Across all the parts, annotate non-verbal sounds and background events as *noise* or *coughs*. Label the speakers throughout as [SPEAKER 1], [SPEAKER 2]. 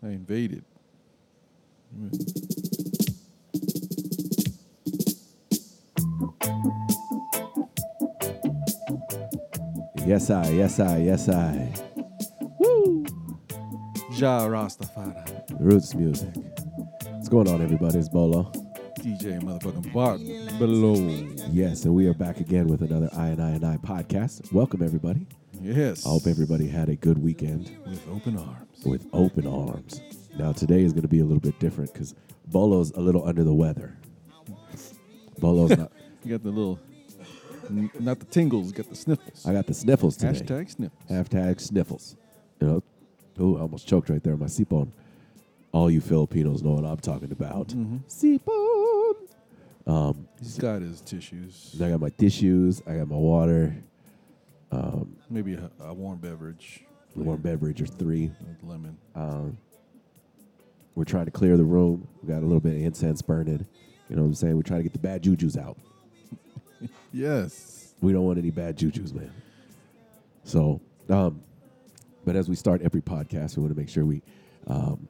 [SPEAKER 1] They invaded.
[SPEAKER 2] Yes, I. Yes, I. Yes, I.
[SPEAKER 1] Ja Rastafari,
[SPEAKER 2] Roots music. What's going on, everybody? It's Bolo.
[SPEAKER 1] DJ motherfucking Bart below.
[SPEAKER 2] Yes, and we are back again with another I and I and I podcast. Welcome, everybody.
[SPEAKER 1] Yes.
[SPEAKER 2] I hope everybody had a good weekend
[SPEAKER 1] With open arms.
[SPEAKER 2] with open arms. Now, today is going to be a little bit different because Bolo's a little under the weather. Bolo's not.
[SPEAKER 1] You got the little, n- not the tingles, you got the sniffles.
[SPEAKER 2] I got the sniffles today.
[SPEAKER 1] Hashtag sniffles.
[SPEAKER 2] Hashtag sniffles. You know, ooh, I almost choked right there on my seatbone. All you Filipinos know what I'm talking about.
[SPEAKER 1] Mm.
[SPEAKER 2] Seatbone.
[SPEAKER 1] Mm-hmm. He's got his tissues.
[SPEAKER 2] And I got my tissues. I got my water,
[SPEAKER 1] Maybe a, a warm beverage.
[SPEAKER 2] warm beverage or three. Um,
[SPEAKER 1] With lemon.
[SPEAKER 2] We're trying to clear the room. We got a little bit of incense burning. You know what I'm saying? We're trying to get the bad juju's out.
[SPEAKER 1] yes.
[SPEAKER 2] We don't want any bad juju's, man. So, um, but as we start every podcast, we want to make sure we um,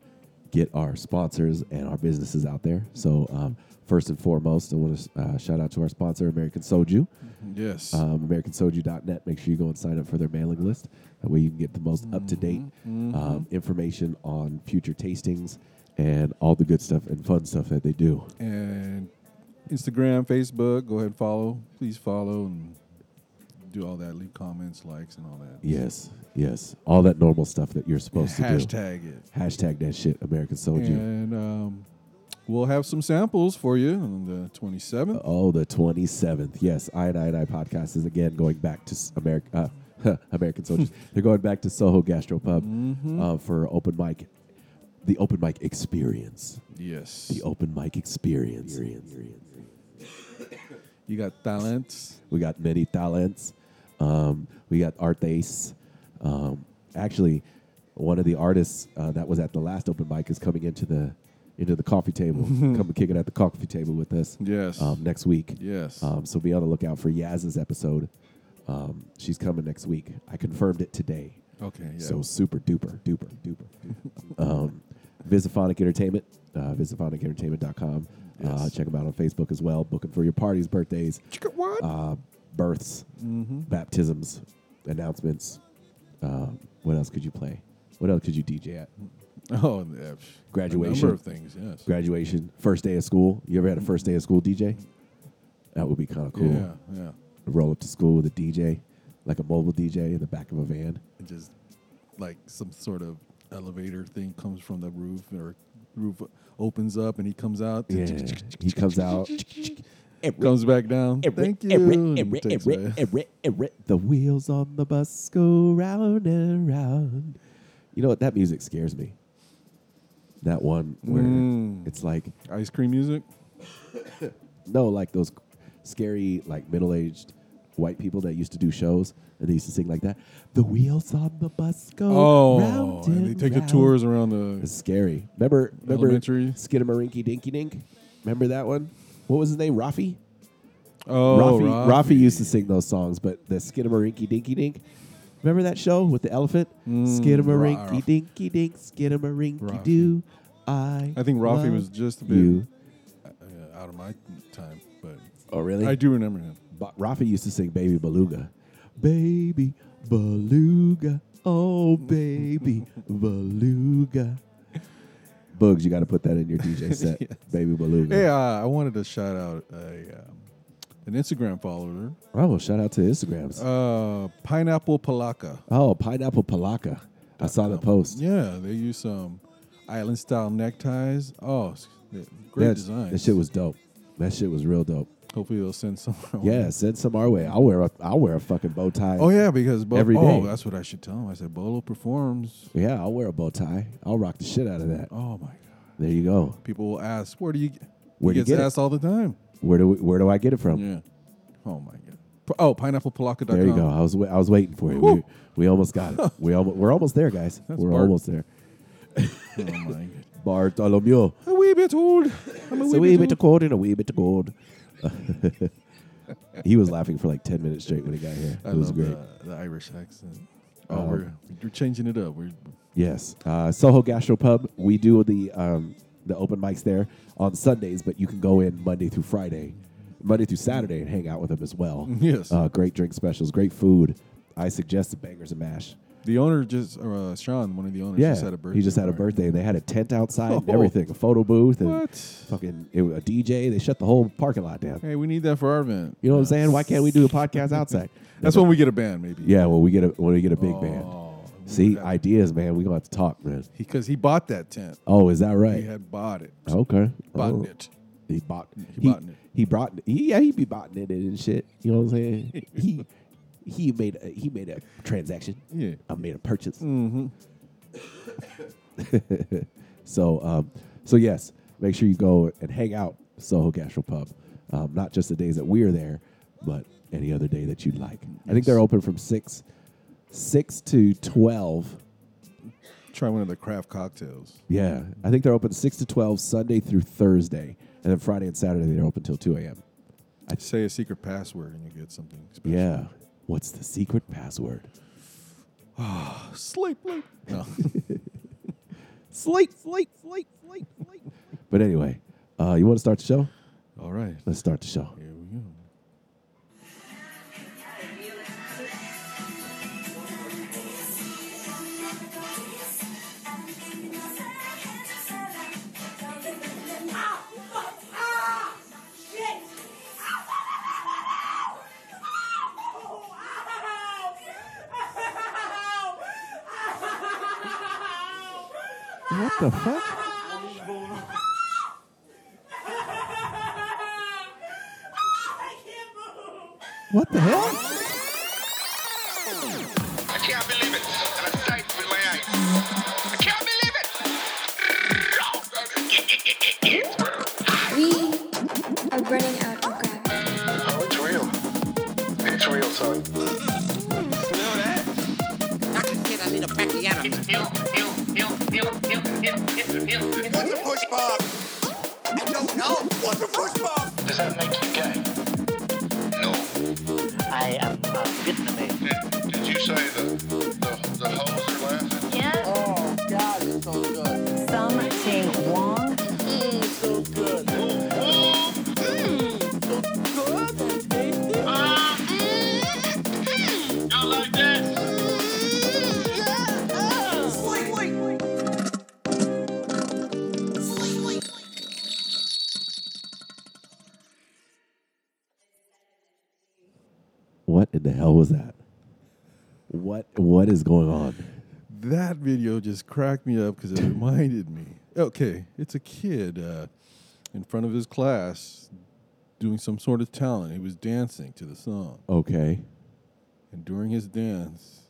[SPEAKER 2] get our sponsors and our businesses out there. So, um, first and foremost, I want to uh, shout out to our sponsor, American Soju.
[SPEAKER 1] Yes.
[SPEAKER 2] um, AmericanSoju.net. Make sure you go and sign up for their mailing list. That way you can get the most up to date
[SPEAKER 1] Mm-hmm.
[SPEAKER 2] um, information on future tastings and all the good stuff and fun stuff that they do.
[SPEAKER 1] and Instagram, Facebook. Go ahead and follow. Please follow and do all that. Leave comments, likes, and all that.
[SPEAKER 2] Yes, yes. All that normal stuff that you're supposed to do.
[SPEAKER 1] Hashtag it.
[SPEAKER 2] Hashtag that shit, American Soju.
[SPEAKER 1] And um, we'll have some samples for you on the 27th.
[SPEAKER 2] Oh, the 27th. Yes, I and I and I podcast is again going back to America. Uh, *laughs* American soldiers. They're going back to Soho Gastro Pub uh, for open mic, the open mic experience.
[SPEAKER 1] yes.
[SPEAKER 2] The open mic experience.
[SPEAKER 1] You got talents.
[SPEAKER 2] We got many talents. Um, we got artes. Um, actually, one of the artists uh, that was at the last open mic is coming into the into the coffee table.
[SPEAKER 1] *laughs*
[SPEAKER 2] Come and kick it at the coffee table with us
[SPEAKER 1] Yes.
[SPEAKER 2] um, next week.
[SPEAKER 1] yes.
[SPEAKER 2] Um, so be on the lookout for Yaz's episode. Um, she's coming next week. I confirmed it today.
[SPEAKER 1] okay. Yeah.
[SPEAKER 2] So super duper duper duper. um, Visiphonic Entertainment, uh, visiphonicentertainment.com. Uh,
[SPEAKER 1] Yes.
[SPEAKER 2] check them out on Facebook as well. Booking for your parties, birthdays,
[SPEAKER 1] Chica- what?
[SPEAKER 2] uh, births,
[SPEAKER 1] Mm-hmm.
[SPEAKER 2] baptisms, announcements. Uh, what else could you play? What else could you DJ at?
[SPEAKER 1] *laughs* oh, yeah. psh, A
[SPEAKER 2] graduation.
[SPEAKER 1] number of things. Yes.
[SPEAKER 2] Graduation, first day of school. You ever had a first day of school DJ? That would be kind of cool.
[SPEAKER 1] Yeah. Yeah.
[SPEAKER 2] Roll up to school with a DJ, like a mobile DJ in the back of a van.
[SPEAKER 1] It just like some sort of elevator thing comes from the roof or roof opens up and he comes out.
[SPEAKER 2] Yeah, he
[SPEAKER 1] *laughs*
[SPEAKER 2] comes out.
[SPEAKER 1] Comes back down. Thank you. and takes away.
[SPEAKER 2] The wheels on the bus go round and round. You know what? That music scares me. That one where
[SPEAKER 1] Mm.
[SPEAKER 2] it's like
[SPEAKER 1] Ice cream music.
[SPEAKER 2] no, like those scary, like middle-aged white people that used to do shows and they used to sing like that. The wheels on the bus go
[SPEAKER 1] Oh,
[SPEAKER 2] round
[SPEAKER 1] and
[SPEAKER 2] and
[SPEAKER 1] they take
[SPEAKER 2] round.
[SPEAKER 1] the tours around the.
[SPEAKER 2] It's scary. Remember, remember
[SPEAKER 1] Elementary.
[SPEAKER 2] Skidamarinky Dinky Dink? Remember that one? What was his name? Rafi?
[SPEAKER 1] Oh,
[SPEAKER 2] Rafi,
[SPEAKER 1] Rafi.
[SPEAKER 2] Rafi used to sing those songs, but the Skidamarinky Dinky Dink. Remember that show with the elephant?
[SPEAKER 1] Mm, Ra-
[SPEAKER 2] Skidamarinky Dinky Dink, Skidamarinky
[SPEAKER 1] Rafi.
[SPEAKER 2] Doo. I.
[SPEAKER 1] I think Rafi
[SPEAKER 2] love
[SPEAKER 1] was just a bit
[SPEAKER 2] you.
[SPEAKER 1] uh, out of my time, but
[SPEAKER 2] Oh, really?
[SPEAKER 1] I do remember him.
[SPEAKER 2] Ba- Rafi used to sing Baby Beluga. Baby Beluga. Oh, baby Beluga. Bugs, you got to put that in
[SPEAKER 1] *laughs*
[SPEAKER 2] your DJ set. Baby Beluga.
[SPEAKER 1] Hey, uh, I wanted to shout out a, um, an Instagram follower,
[SPEAKER 2] Oh, shout out to Instagrams.
[SPEAKER 1] uh, Pineapple Palaka.
[SPEAKER 2] oh, Pineapple Palaka. I saw the post.
[SPEAKER 1] oh, Yeah, they use some island style neckties. Oh, s- they- great
[SPEAKER 2] That's-
[SPEAKER 1] design.
[SPEAKER 2] That shit was dope. That shit was real dope.
[SPEAKER 1] Hopefully they'll send some. *laughs* our way.
[SPEAKER 2] Yeah, send some our way. I'll wear a I'll wear a fucking bow tie.
[SPEAKER 1] Oh yeah, because Bo-
[SPEAKER 2] Every
[SPEAKER 1] Oh,
[SPEAKER 2] day.
[SPEAKER 1] that's what I should tell them. I said Bolo performs.
[SPEAKER 2] Yeah, I'll wear a bow tie. I'll rock the shit out of that.
[SPEAKER 1] Oh my god.
[SPEAKER 2] There you go.
[SPEAKER 1] People will ask, "Where do you?"
[SPEAKER 2] Where do
[SPEAKER 1] he
[SPEAKER 2] you
[SPEAKER 1] gets
[SPEAKER 2] get it?
[SPEAKER 1] asked all the time.
[SPEAKER 2] Where do we, where do I get it from?
[SPEAKER 1] Yeah. Oh my god. P- Oh, pineapplepalaka.com.
[SPEAKER 2] There you go. I was wa- I was waiting for you. We,
[SPEAKER 1] Whew.
[SPEAKER 2] we almost got
[SPEAKER 1] *laughs*
[SPEAKER 2] it. We almost, we're almost there, guys.
[SPEAKER 1] That's
[SPEAKER 2] we're
[SPEAKER 1] Bart.
[SPEAKER 2] almost there.
[SPEAKER 1] *laughs* Oh my god.
[SPEAKER 2] *laughs* Bartholomew.
[SPEAKER 1] A wee bit old. *laughs* I'm a
[SPEAKER 2] It's
[SPEAKER 1] wee,
[SPEAKER 2] a wee
[SPEAKER 1] bit
[SPEAKER 2] bit of cold and a wee bit of gold. *laughs* he was laughing for like ten minutes straight when he got here.
[SPEAKER 1] I
[SPEAKER 2] it was
[SPEAKER 1] love
[SPEAKER 2] great.
[SPEAKER 1] The, the Irish accent. Oh,
[SPEAKER 2] Um,
[SPEAKER 1] we're, we're changing it up. We're *laughs*
[SPEAKER 2] Yes, uh, Soho Gastro Pub. We do the um, the open mics there on Sundays, but you can go in Monday through Friday, Monday through Saturday, and hang out with them as well.
[SPEAKER 1] *laughs* Yes.
[SPEAKER 2] uh, great drink specials, great food. I suggest the bangers and mash.
[SPEAKER 1] the owner just or uh, Sean, one of the owners,
[SPEAKER 2] yeah,
[SPEAKER 1] just had a birthday.
[SPEAKER 2] he just had a
[SPEAKER 1] party.
[SPEAKER 2] birthday, and they had a tent outside
[SPEAKER 1] *laughs*
[SPEAKER 2] and
[SPEAKER 1] Oh.
[SPEAKER 2] everything, a photo booth, and
[SPEAKER 1] What?
[SPEAKER 2] fucking it, was a DJ. They shut the whole parking lot down.
[SPEAKER 1] Hey, we need that for our event.
[SPEAKER 2] You know what I'm saying? Why can't we do a
[SPEAKER 1] *laughs*
[SPEAKER 2] podcast outside?
[SPEAKER 1] That's when we get a band, maybe.
[SPEAKER 2] Yeah, well, we get a when we get a big
[SPEAKER 1] oh,
[SPEAKER 2] band. See, ideas, man. We gonna have to talk, man.
[SPEAKER 1] because he, bought that tent.
[SPEAKER 2] Oh, is that right?
[SPEAKER 1] He had bought it.
[SPEAKER 2] Okay.
[SPEAKER 1] Bought
[SPEAKER 2] Oh.
[SPEAKER 1] it.
[SPEAKER 2] He bought.
[SPEAKER 1] He
[SPEAKER 2] He
[SPEAKER 1] botting it.
[SPEAKER 2] he brought. He, yeah, he be botting it and shit. You know
[SPEAKER 1] *laughs*
[SPEAKER 2] what I'm saying? he he made a, he made a transaction.
[SPEAKER 1] Yeah.
[SPEAKER 2] I made a purchase.
[SPEAKER 1] Mm-hmm.
[SPEAKER 2] *laughs* So um so yes, make sure you go and hang out at Soho Gastro Pub. Um, not just the days that we're there, but any other day that you'd like. I think they're open from six six to twelve.
[SPEAKER 1] Try one of the craft cocktails.
[SPEAKER 2] Yeah, I think they're open six to twelve Sunday through Thursday, and then Friday and Saturday they're open till two a.m.
[SPEAKER 1] Say a secret password and you get something special.
[SPEAKER 2] Yeah. What's the secret password?
[SPEAKER 1] Sleep, sleep. No. *laughs*
[SPEAKER 2] Sleep, sleep, sleep, sleep, sleep. But anyway, uh, you want to start the show?
[SPEAKER 1] All right.
[SPEAKER 2] Let's start the show.
[SPEAKER 1] Here we go.
[SPEAKER 2] What the fuck? What the hell?
[SPEAKER 3] I can't believe it. And I died with my eyes. I can't believe it.
[SPEAKER 4] We are
[SPEAKER 3] *laughs*
[SPEAKER 4] running out of gravity.
[SPEAKER 3] Oh, it's real. It's real, son. You know that?
[SPEAKER 5] Doctor said I need a bacchiata.
[SPEAKER 6] What's a push pop? I don't know. What's a push pop?
[SPEAKER 3] Does that make you gay? No.
[SPEAKER 7] I am uh, Vietnamese.
[SPEAKER 3] Did, did you say the, the, the hoes are laughing?
[SPEAKER 6] Oh, God, it's so good.
[SPEAKER 7] Some Ting Wong.
[SPEAKER 6] Mmm, so good.
[SPEAKER 3] Y'all like that?
[SPEAKER 2] What in the hell was that? What what is going on?
[SPEAKER 1] That video just cracked me up because *laughs* it reminded me. Okay, it's a kid uh, in front of his class doing some sort of talent. He was dancing to the song,
[SPEAKER 2] Okay.
[SPEAKER 1] and during his dance,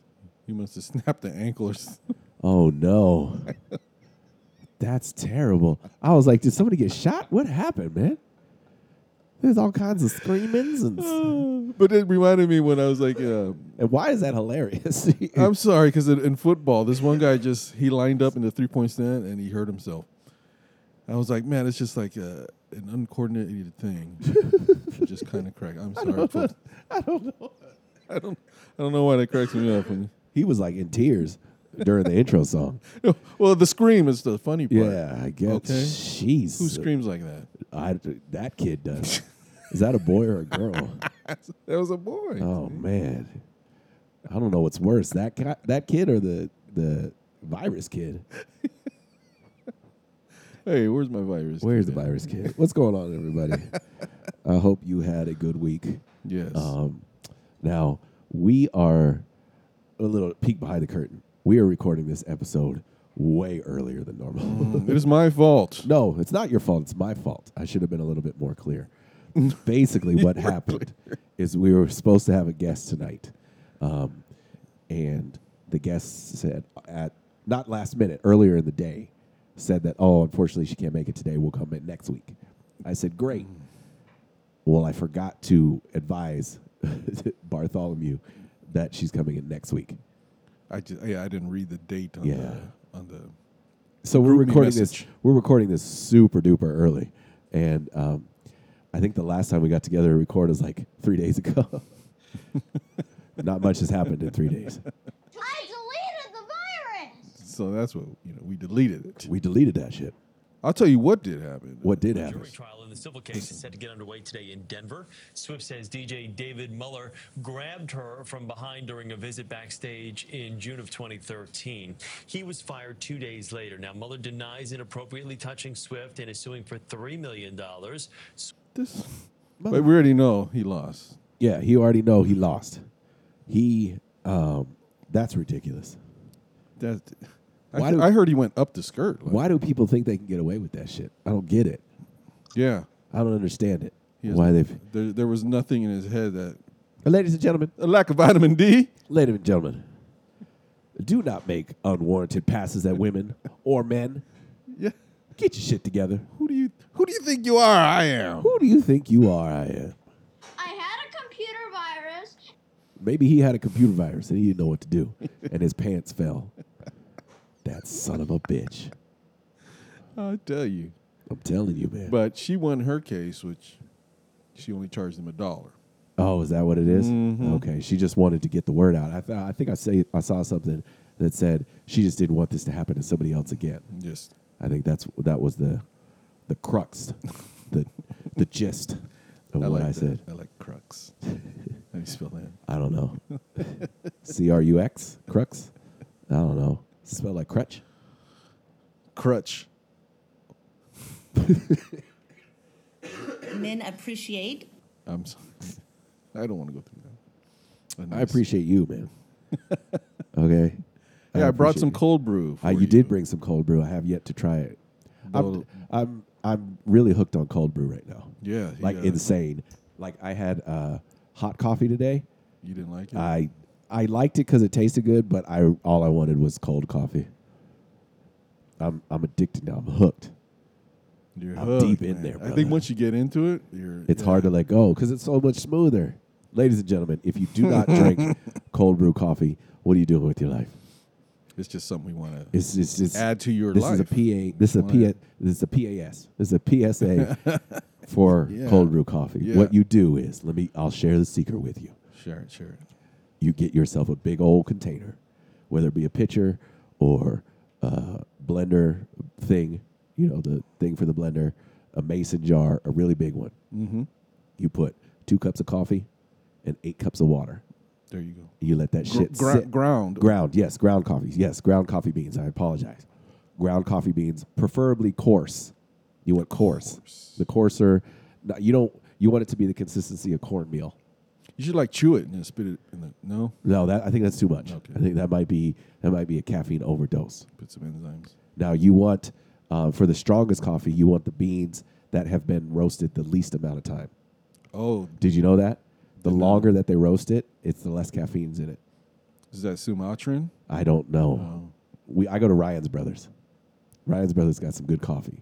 [SPEAKER 1] he must have *laughs* snapped the ankle or something.
[SPEAKER 2] Oh no. *laughs* That's terrible. I was like, did somebody get shot? What happened, man? There's all kinds of screamings and
[SPEAKER 1] *laughs* But it reminded me when I was like, uh,
[SPEAKER 2] and why is that hilarious? *laughs*
[SPEAKER 1] I'm sorry, because in, in football, this one guy just he lined up in the three point stand and he hurt himself. I was like, man, it's just like uh an uncoordinated thing. It
[SPEAKER 2] *laughs*
[SPEAKER 1] just kind of cracked. I'm sorry. folks.
[SPEAKER 2] I don't know.
[SPEAKER 1] *laughs* I don't. I don't know why that cracks me up. When
[SPEAKER 2] He was like in tears during the intro song.
[SPEAKER 1] you, *laughs* well, the scream is the funny part.
[SPEAKER 2] Yeah, I guess.
[SPEAKER 1] Okay.
[SPEAKER 2] Jeez.
[SPEAKER 1] Who screams like that?
[SPEAKER 2] I, that kid does. Is that a boy or a girl? *laughs*
[SPEAKER 1] That was a boy.
[SPEAKER 2] oh man, I don't know what's worse that ki- that kid or the the virus kid.
[SPEAKER 1] Hey, where's my virus?
[SPEAKER 2] Where's the
[SPEAKER 1] kid at?
[SPEAKER 2] virus kid? *laughs* What's going on, everybody? I hope you had a good week.
[SPEAKER 1] Yes.
[SPEAKER 2] Um, now we are a little peek behind the curtain. We are recording this episode way earlier than normal.
[SPEAKER 1] it is my fault.
[SPEAKER 2] No, it's not your fault. It's my fault. I should have been a little bit more clear. Basically, what happened is we were supposed to have a guest tonight, um, and the guest said at not last minute, earlier in the day, said that oh, unfortunately, she can't make it today. We'll come in next week. I said great. Well, I forgot to advise *laughs* Bartholomew that she's coming in next week.
[SPEAKER 1] I just. Yeah, I didn't read the date on the
[SPEAKER 2] Yeah.
[SPEAKER 1] on the.
[SPEAKER 2] So we're
[SPEAKER 1] Group me
[SPEAKER 2] recording this.
[SPEAKER 1] message.
[SPEAKER 2] We're recording this super duper early, and um, I think the last time we got together to record *laughs* was like three days ago. Not much has happened in three days.
[SPEAKER 8] Try to
[SPEAKER 1] so that's what you know. We deleted it.
[SPEAKER 2] We deleted that shit.
[SPEAKER 1] I'll tell you what did happen.
[SPEAKER 2] What did happen?
[SPEAKER 8] Jury trial in the civil case is set to get underway today in Denver. Swift says DJ David Muller grabbed her from behind during a visit backstage in June of 2013. He was fired two days later. Now Muller denies inappropriately touching Swift and is suing for three million dollars.
[SPEAKER 1] This, but we already know he lost.
[SPEAKER 2] Yeah, he already know he lost. He, um, that's ridiculous.
[SPEAKER 1] That I,
[SPEAKER 2] Why
[SPEAKER 1] th-
[SPEAKER 2] do-
[SPEAKER 1] I heard he went up the skirt. like-
[SPEAKER 2] Why do people think they can get away with that shit? I don't get it.
[SPEAKER 1] Yeah.
[SPEAKER 2] I don't understand it.
[SPEAKER 1] He has-
[SPEAKER 2] Why they've.
[SPEAKER 1] There, there was nothing in his head that
[SPEAKER 2] Ladies and gentlemen,
[SPEAKER 1] a lack of vitamin D.
[SPEAKER 2] ladies and gentlemen, do not make unwarranted passes at women or men.
[SPEAKER 1] Yeah.
[SPEAKER 2] Get your shit together.
[SPEAKER 1] Who do you Who do you think you are? I am.
[SPEAKER 2] Who do you think you are? I am.
[SPEAKER 9] I had a computer virus.
[SPEAKER 2] Maybe he had a computer virus and he didn't know what to do, and his pants fell. That son of a bitch.
[SPEAKER 1] I tell you.
[SPEAKER 2] I'm telling you, man.
[SPEAKER 1] But she won her case, which she only charged him a dollar.
[SPEAKER 2] Oh, is that what it is?
[SPEAKER 1] Mm-hmm.
[SPEAKER 2] Okay, she just wanted to get the word out. I, th- I think I say I saw something that said she just didn't want this to happen to somebody else again.
[SPEAKER 1] Just
[SPEAKER 2] I think that's that was the the crux, the the gist of
[SPEAKER 1] I
[SPEAKER 2] what
[SPEAKER 1] like
[SPEAKER 2] I
[SPEAKER 1] that.
[SPEAKER 2] said.
[SPEAKER 1] I like crux. *laughs* How do you spell that?
[SPEAKER 2] I don't know. *laughs* C R U X crux. I don't know. Spell like crutch.
[SPEAKER 1] Crutch.
[SPEAKER 10] Men appreciate
[SPEAKER 1] I'm sorry. *laughs* I don't want to go through that. A
[SPEAKER 2] I
[SPEAKER 1] nice-
[SPEAKER 2] appreciate you, man. okay.
[SPEAKER 1] Hey, I, brought
[SPEAKER 2] appreciate
[SPEAKER 1] some
[SPEAKER 2] you.
[SPEAKER 1] cold brew. For
[SPEAKER 2] Uh, you, did bring some cold brew. I have yet to try it. I'm,
[SPEAKER 1] Well-
[SPEAKER 2] I'm I'm really hooked on cold brew right now.
[SPEAKER 1] Yeah, he,
[SPEAKER 2] like
[SPEAKER 1] uh,
[SPEAKER 2] insane. Like I had uh, hot coffee today.
[SPEAKER 1] You didn't like it.
[SPEAKER 2] I I liked it because it tasted good, but I all I wanted was cold coffee. I'm I'm addicted now. I'm hooked.
[SPEAKER 1] You're
[SPEAKER 2] I'm
[SPEAKER 1] hooked,
[SPEAKER 2] deep in there,
[SPEAKER 1] I
[SPEAKER 2] brother.
[SPEAKER 1] think once you get into it, you're.
[SPEAKER 2] It's
[SPEAKER 1] yeah.
[SPEAKER 2] hard to let go because it's so much smoother. Ladies and gentlemen, if you do
[SPEAKER 1] *laughs*
[SPEAKER 2] not drink cold brew coffee, what are you doing with your life?
[SPEAKER 1] It's just something we want to.
[SPEAKER 2] It's it's, it's
[SPEAKER 1] Add to your
[SPEAKER 2] this
[SPEAKER 1] life.
[SPEAKER 2] is a PA. This is a
[SPEAKER 1] Why?
[SPEAKER 2] PA. This is a PAS. This is a
[SPEAKER 1] *laughs*
[SPEAKER 2] PSA for
[SPEAKER 1] Yeah.
[SPEAKER 2] cold brew coffee.
[SPEAKER 1] Yeah.
[SPEAKER 2] What you do is let me. I'll share the secret with you.
[SPEAKER 1] Share it, share it.
[SPEAKER 2] You get yourself a big old container, whether it be a pitcher or a blender thing. You know the thing for the blender, a mason jar, a really big one. Mm-hmm. You put two cups of coffee and eight cups of water.
[SPEAKER 1] There you go.
[SPEAKER 2] You let that
[SPEAKER 1] Gr-
[SPEAKER 2] shit
[SPEAKER 1] gra-
[SPEAKER 2] sit.
[SPEAKER 1] ground.
[SPEAKER 2] Ground, yes, ground coffee. Yes, ground coffee beans. I apologize. Ground coffee beans, preferably coarse. You want coarse. The coarser, no, you don't. You want it to be the consistency of cornmeal.
[SPEAKER 1] You should like chew it and then spit it in the. No,
[SPEAKER 2] No, that I think that's too much.
[SPEAKER 1] Okay.
[SPEAKER 2] I think that might be that might be a caffeine overdose.
[SPEAKER 1] put some enzymes.
[SPEAKER 2] Now you want uh, for the strongest coffee, you want the beans that have been roasted the least amount of time.
[SPEAKER 1] Oh,
[SPEAKER 2] Did you know that? The longer that they roast it, it's the less caffeine's in it.
[SPEAKER 1] is that Sumatran?
[SPEAKER 2] I don't know. We I go to Ryan's Brothers. Ryan's Brothers got some good coffee.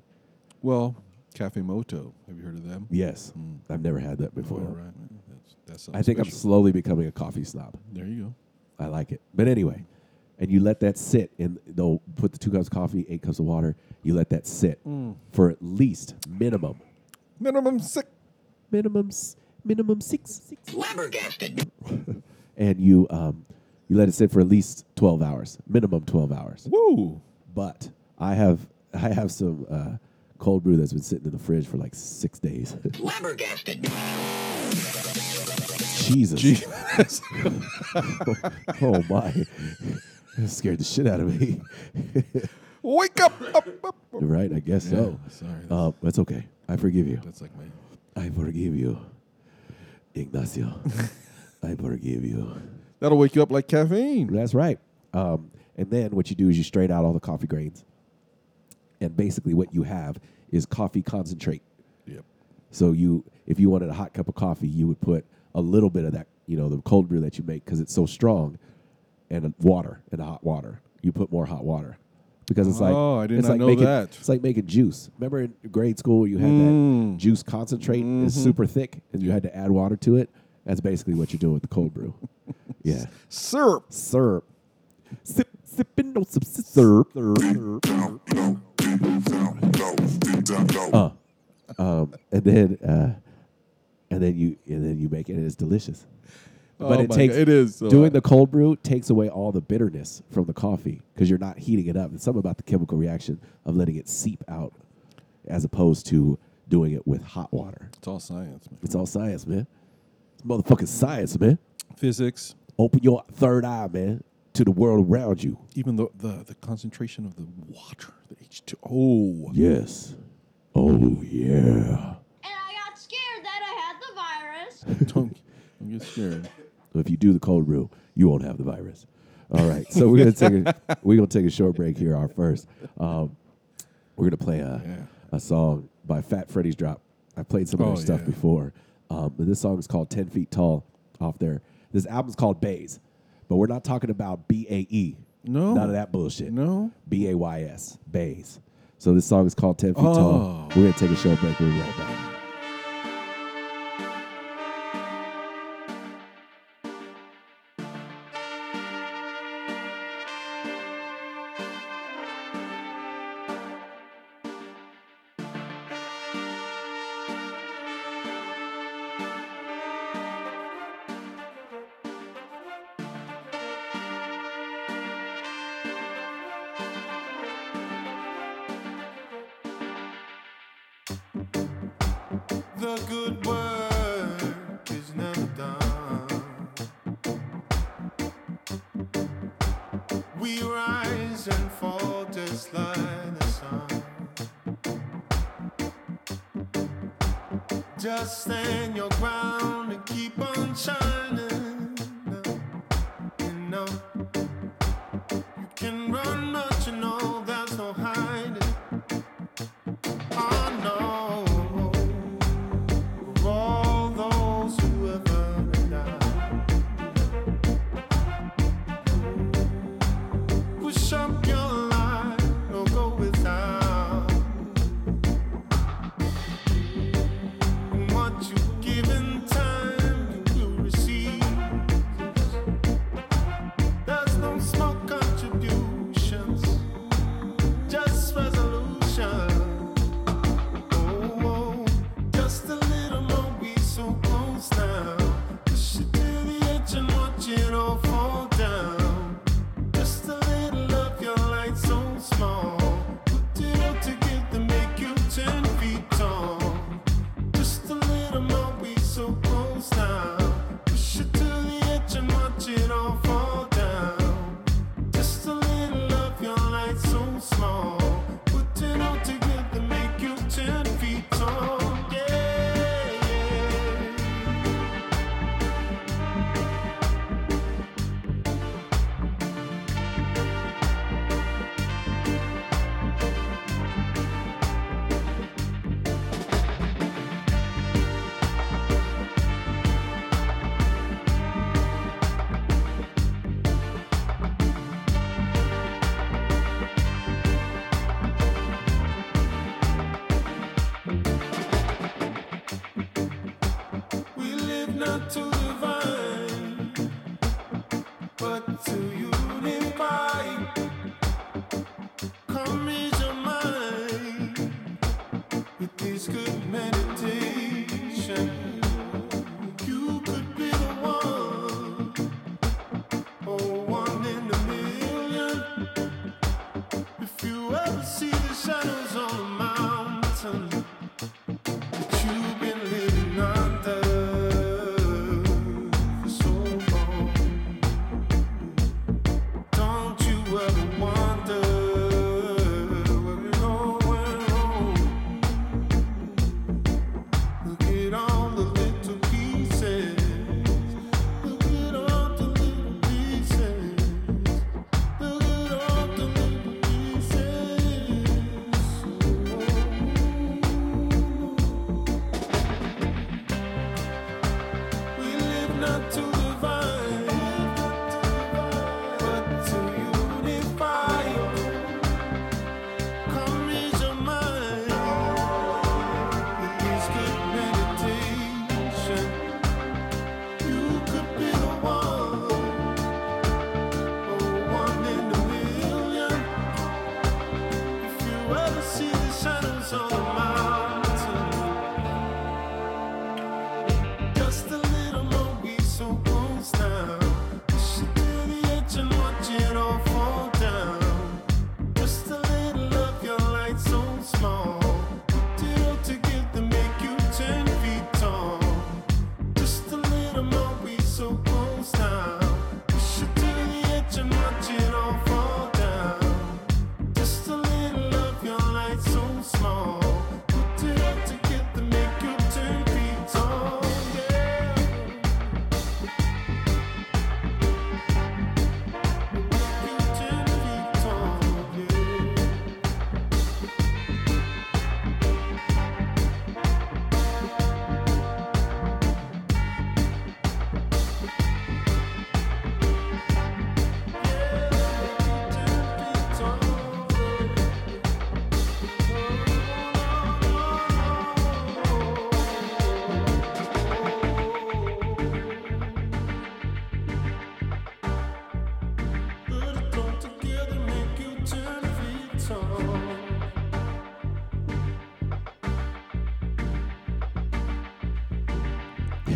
[SPEAKER 1] Well, Cafe Moto. Have you heard of them?
[SPEAKER 2] Yes, Mm. I've never had that before.
[SPEAKER 1] All right. man. That's, that's something
[SPEAKER 2] I think I'm
[SPEAKER 1] special.
[SPEAKER 2] slowly becoming a coffee snob.
[SPEAKER 1] There you go.
[SPEAKER 2] I like it, but anyway, and you let that sit, and they'll put the two cups of coffee, eight cups of water. You let that sit
[SPEAKER 1] Mm.
[SPEAKER 2] for at least minimum,
[SPEAKER 1] Minimum six.
[SPEAKER 2] minimum, s- minimum six, six
[SPEAKER 5] Flabbergasted.
[SPEAKER 2] *laughs* and you um, you let it sit for at least twelve hours, minimum twelve hours.
[SPEAKER 1] Woo. *laughs*
[SPEAKER 2] But I have *laughs* I have some uh, cold brew that's been sitting in the fridge for like six days. *laughs*
[SPEAKER 5] Flabbergasted.
[SPEAKER 2] Jesus.
[SPEAKER 1] Jesus.
[SPEAKER 2] *laughs* oh my. *laughs* That scared the shit out of me. *laughs*
[SPEAKER 1] Wake up. up, up, up.
[SPEAKER 2] right, I guess so.
[SPEAKER 1] Yeah, sorry, that's-
[SPEAKER 2] Uh, that's okay. I forgive you.
[SPEAKER 1] That's like my.
[SPEAKER 2] I forgive you.
[SPEAKER 1] *laughs*
[SPEAKER 2] Ignacio. I forgive you.
[SPEAKER 1] That'll wake you up like caffeine.
[SPEAKER 2] That's right. Um, and then what you do is you strain out all the coffee grains. And basically what you have is coffee concentrate.
[SPEAKER 1] Yep.
[SPEAKER 2] So you, if you wanted a hot cup of coffee, you would put a little bit of that, you know, the cold brew that you make because it's so strong, and a- water and a hot water. You put more hot water because it's like
[SPEAKER 1] Oh, I did
[SPEAKER 2] it's
[SPEAKER 1] not
[SPEAKER 2] like
[SPEAKER 1] know
[SPEAKER 2] making,
[SPEAKER 1] that.
[SPEAKER 2] It's like making juice. Remember in grade school where you had
[SPEAKER 1] Mm.
[SPEAKER 2] that juice concentrate
[SPEAKER 1] Mm-hmm.
[SPEAKER 2] it's super thick, and you had to add water to it. That's basically what you're doing with the cold brew. *laughs* yeah,
[SPEAKER 1] Syrup.
[SPEAKER 2] syrup. Sip, sipping, no sip, sip, syrup. syrup. Uh, um, and then uh, and then you and then you make it and it's delicious. but
[SPEAKER 1] Oh
[SPEAKER 2] it
[SPEAKER 1] my
[SPEAKER 2] takes
[SPEAKER 1] God, it is so
[SPEAKER 2] doing
[SPEAKER 1] hot.
[SPEAKER 2] the cold brew takes away all the bitterness from the coffee because you're not heating it up. It's something about the chemical reaction of letting it seep out, as opposed to doing it with hot water.
[SPEAKER 1] It's all science, man.
[SPEAKER 2] It's all science, man. It's motherfucking science, man.
[SPEAKER 1] Physics,
[SPEAKER 2] Open your third eye, man, to the world around you.
[SPEAKER 1] even the, the, the concentration of the water, the H2O.
[SPEAKER 2] Yes. Oh yeah.
[SPEAKER 9] And I got scared that I had the virus.
[SPEAKER 2] *laughs*
[SPEAKER 1] Don't, don't get scared.
[SPEAKER 2] If you do the cold brew, you won't have the virus. All right, so we're gonna take
[SPEAKER 1] *laughs*
[SPEAKER 2] a, we're gonna take a short break here. Our first, um, we're gonna play a
[SPEAKER 1] Yeah.
[SPEAKER 2] a song by Fat Freddy's Drop. I played some of their
[SPEAKER 1] Oh,
[SPEAKER 2] stuff
[SPEAKER 1] yeah.
[SPEAKER 2] before, um, but this song is called Ten Feet Tall off there. This album's called Bays, but we're not talking about B A E.
[SPEAKER 1] No.
[SPEAKER 2] none of that bullshit.
[SPEAKER 1] No.
[SPEAKER 2] B A Y S Bays. So this song is called Ten Feet
[SPEAKER 1] Oh.
[SPEAKER 2] Tall. We're gonna take a short break. We'll be right back.
[SPEAKER 11] The good work is never done. We rise and fall just like the sun. Just stand your ground and keep on shining. You know, you can run, but you know that's no hiding. Oh no, for all those who have ever died. Push up your line, no go without. And what you give in time, you will receive. There's no small contributions, just resolution. Oh, just a little more, we so close now. Push it to the edge and watch it all fall down. Just a little love, your light so small. Put it all together, make you ten feet tall. Just a little more, we so close now. Push it to the edge and watch it all fall down. Just a little love, your light so small. Put it all together, make you ten feet tall. Yeah, yeah. We live not to divine, but to unify. Come ease your mind with this good meditation. You could be the one, oh, one in a million. If you ever see the shadows on a mountain that you've been living under for so long. Don't you ever wonder where we're going wrong? Look at all the little pieces. Look at all the little pieces. Look at all the little pieces. We live not to divide, but to unify. Come ease your mind with this good meditation. You could be the one, oh, one in a million. If you ever see the shadows on the mountain. Just a little more, we so close now.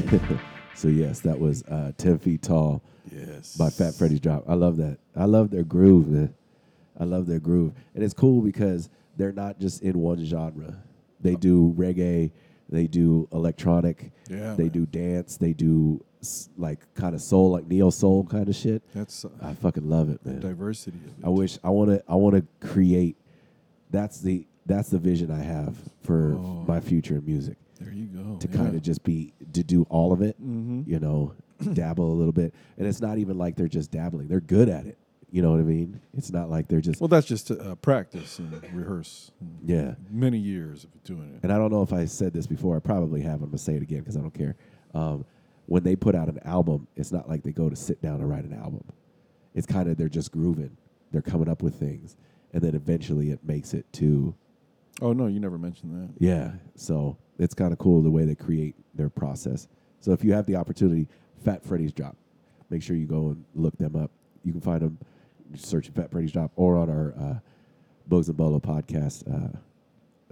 [SPEAKER 2] *laughs* so yes, that was uh, Ten Feet Tall
[SPEAKER 1] Yes.
[SPEAKER 2] by Fat Freddy's Drop. I love that. I love their groove, man. I love their groove, and it's cool because they're not just in one genre. They do reggae, they do electronic,
[SPEAKER 1] Yeah,
[SPEAKER 2] they
[SPEAKER 1] man.
[SPEAKER 2] do dance, they do s- like kind of soul, like neo soul kind of shit.
[SPEAKER 1] That's uh,
[SPEAKER 2] I fucking love it, man.
[SPEAKER 1] diversity. of it.
[SPEAKER 2] I wish I want to. I want to create. That's the that's the vision I have for
[SPEAKER 1] Oh.
[SPEAKER 2] my future in music
[SPEAKER 1] There you go.
[SPEAKER 2] to
[SPEAKER 1] yeah. Mm-hmm.
[SPEAKER 2] kind of just be to do all of it. You know, dabble a little bit, and it's not even like they're just dabbling. They're good at it. You know what I mean? It's not like they're just
[SPEAKER 1] Well, that's just uh, practice and rehearse. and
[SPEAKER 2] yeah.
[SPEAKER 1] Many years of doing it.
[SPEAKER 2] And I don't know if I said this before. I probably have. I'm gonna say it again because I don't care. Um, when they put out an album, it's not like they go to sit down and write an album. It's kind of they're just grooving. They're coming up with things, and then eventually it makes it to
[SPEAKER 1] Oh no, you never mentioned that.
[SPEAKER 2] Yeah. So it's kind of cool the way they create their process. So if you have the opportunity, Fat Freddy's Drop, make sure you go and look them up. You can find them, search Fat Freddy's Drop, or on our uh, Bugs and Bolo podcast uh,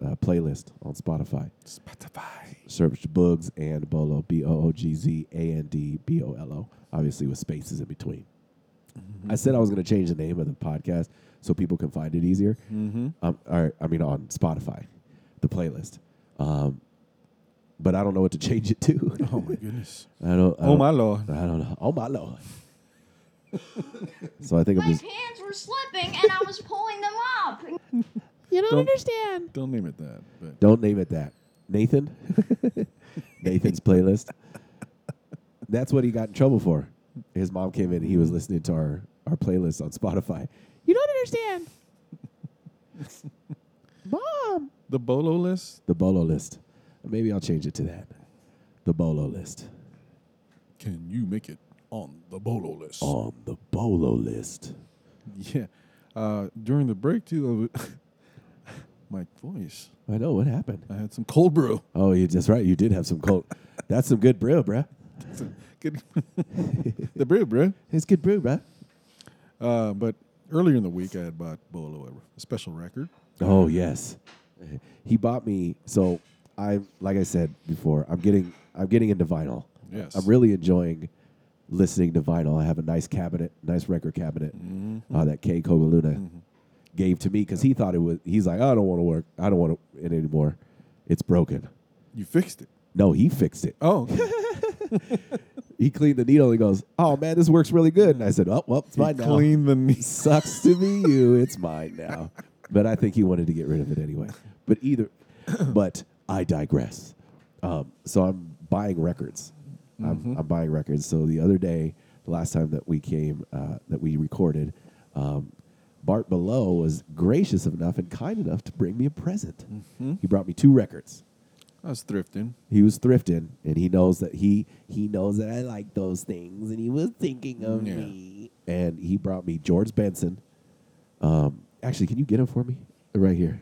[SPEAKER 2] uh, playlist on Spotify.
[SPEAKER 1] Spotify.
[SPEAKER 2] Search Bugs and Bolo, B O O G Z A N D B O L O, obviously with spaces in between.
[SPEAKER 1] Mm-hmm.
[SPEAKER 2] I said I was going to change the name of the podcast so people can find it easier. Mm-hmm. Um, or, I mean, on Spotify, the playlist. Um, but I don't know what to *laughs* change it to.
[SPEAKER 1] Oh my goodness.
[SPEAKER 2] *laughs* I don't. I
[SPEAKER 1] Oh
[SPEAKER 2] don't-
[SPEAKER 1] my lord.
[SPEAKER 2] I don't know. Oh
[SPEAKER 1] *laughs*
[SPEAKER 2] my lord. so I think I'm
[SPEAKER 9] My
[SPEAKER 2] just.
[SPEAKER 9] pants were slipping and I was pulling them up.
[SPEAKER 12] You don't,
[SPEAKER 1] Don't-
[SPEAKER 12] understand.
[SPEAKER 1] Don't name it that. But
[SPEAKER 2] Don't name it that. *laughs* Nathan? Nathan's playlist. That's what he got in trouble for. His mom came in and he was listening to our, our playlist on Spotify.
[SPEAKER 12] You don't
[SPEAKER 2] *laughs*
[SPEAKER 12] understand. Mom.
[SPEAKER 1] the Bolo list.
[SPEAKER 2] The Bolo list. Maybe I'll change it to that. The Bolo list.
[SPEAKER 1] Can you make it on the Bolo list?
[SPEAKER 2] On Um, the Bolo list.
[SPEAKER 1] Yeah. Uh, during the break too, I w- *laughs* my voice.
[SPEAKER 2] I know what happened.
[SPEAKER 1] I had some cold brew.
[SPEAKER 2] Oh, you that's right. You did have some cold. that's some good brew, bruh.
[SPEAKER 1] *laughs* Good- the brew, bro.
[SPEAKER 2] It's good brew, bruh.
[SPEAKER 1] Uh, but earlier in the week, I had bought Bolo a special record.
[SPEAKER 2] Oh yes, he bought me. So I, like I said before, I'm getting I'm getting into vinyl.
[SPEAKER 1] Yes.
[SPEAKER 2] I'm really enjoying listening to vinyl. I have a nice cabinet, nice record cabinet uh, that Kay Kogaluna gave to me because he thought it was. He's like, I don't want to work. I don't want it anymore. It's broken.
[SPEAKER 1] You fixed it.
[SPEAKER 2] No, he fixed it.
[SPEAKER 1] Oh,
[SPEAKER 2] *laughs*
[SPEAKER 1] okay.
[SPEAKER 2] He cleaned the needle. He goes, Oh man, this works really good. And I said, Oh well, it's
[SPEAKER 1] you
[SPEAKER 2] mine now.
[SPEAKER 1] cleaned
[SPEAKER 2] *laughs*
[SPEAKER 1] the knee.
[SPEAKER 2] sucks to be you. It's mine now. But I think he wanted to get rid of it anyway. But either, *clears throat* but I digress. Um, so I'm buying records.
[SPEAKER 1] Mm-hmm.
[SPEAKER 2] I'm, I'm buying records. So the other day, the last time that we came, uh, that we recorded, um, Bart Below was gracious enough and kind enough to bring me a present.
[SPEAKER 1] Mm-hmm.
[SPEAKER 2] He brought me two records
[SPEAKER 1] I was thrifting.
[SPEAKER 2] he was thrifting and he knows that he he knows that I like those things and he was thinking of
[SPEAKER 1] Yeah.
[SPEAKER 2] me and he brought me George Benson. Um, actually, can you get him for me right here?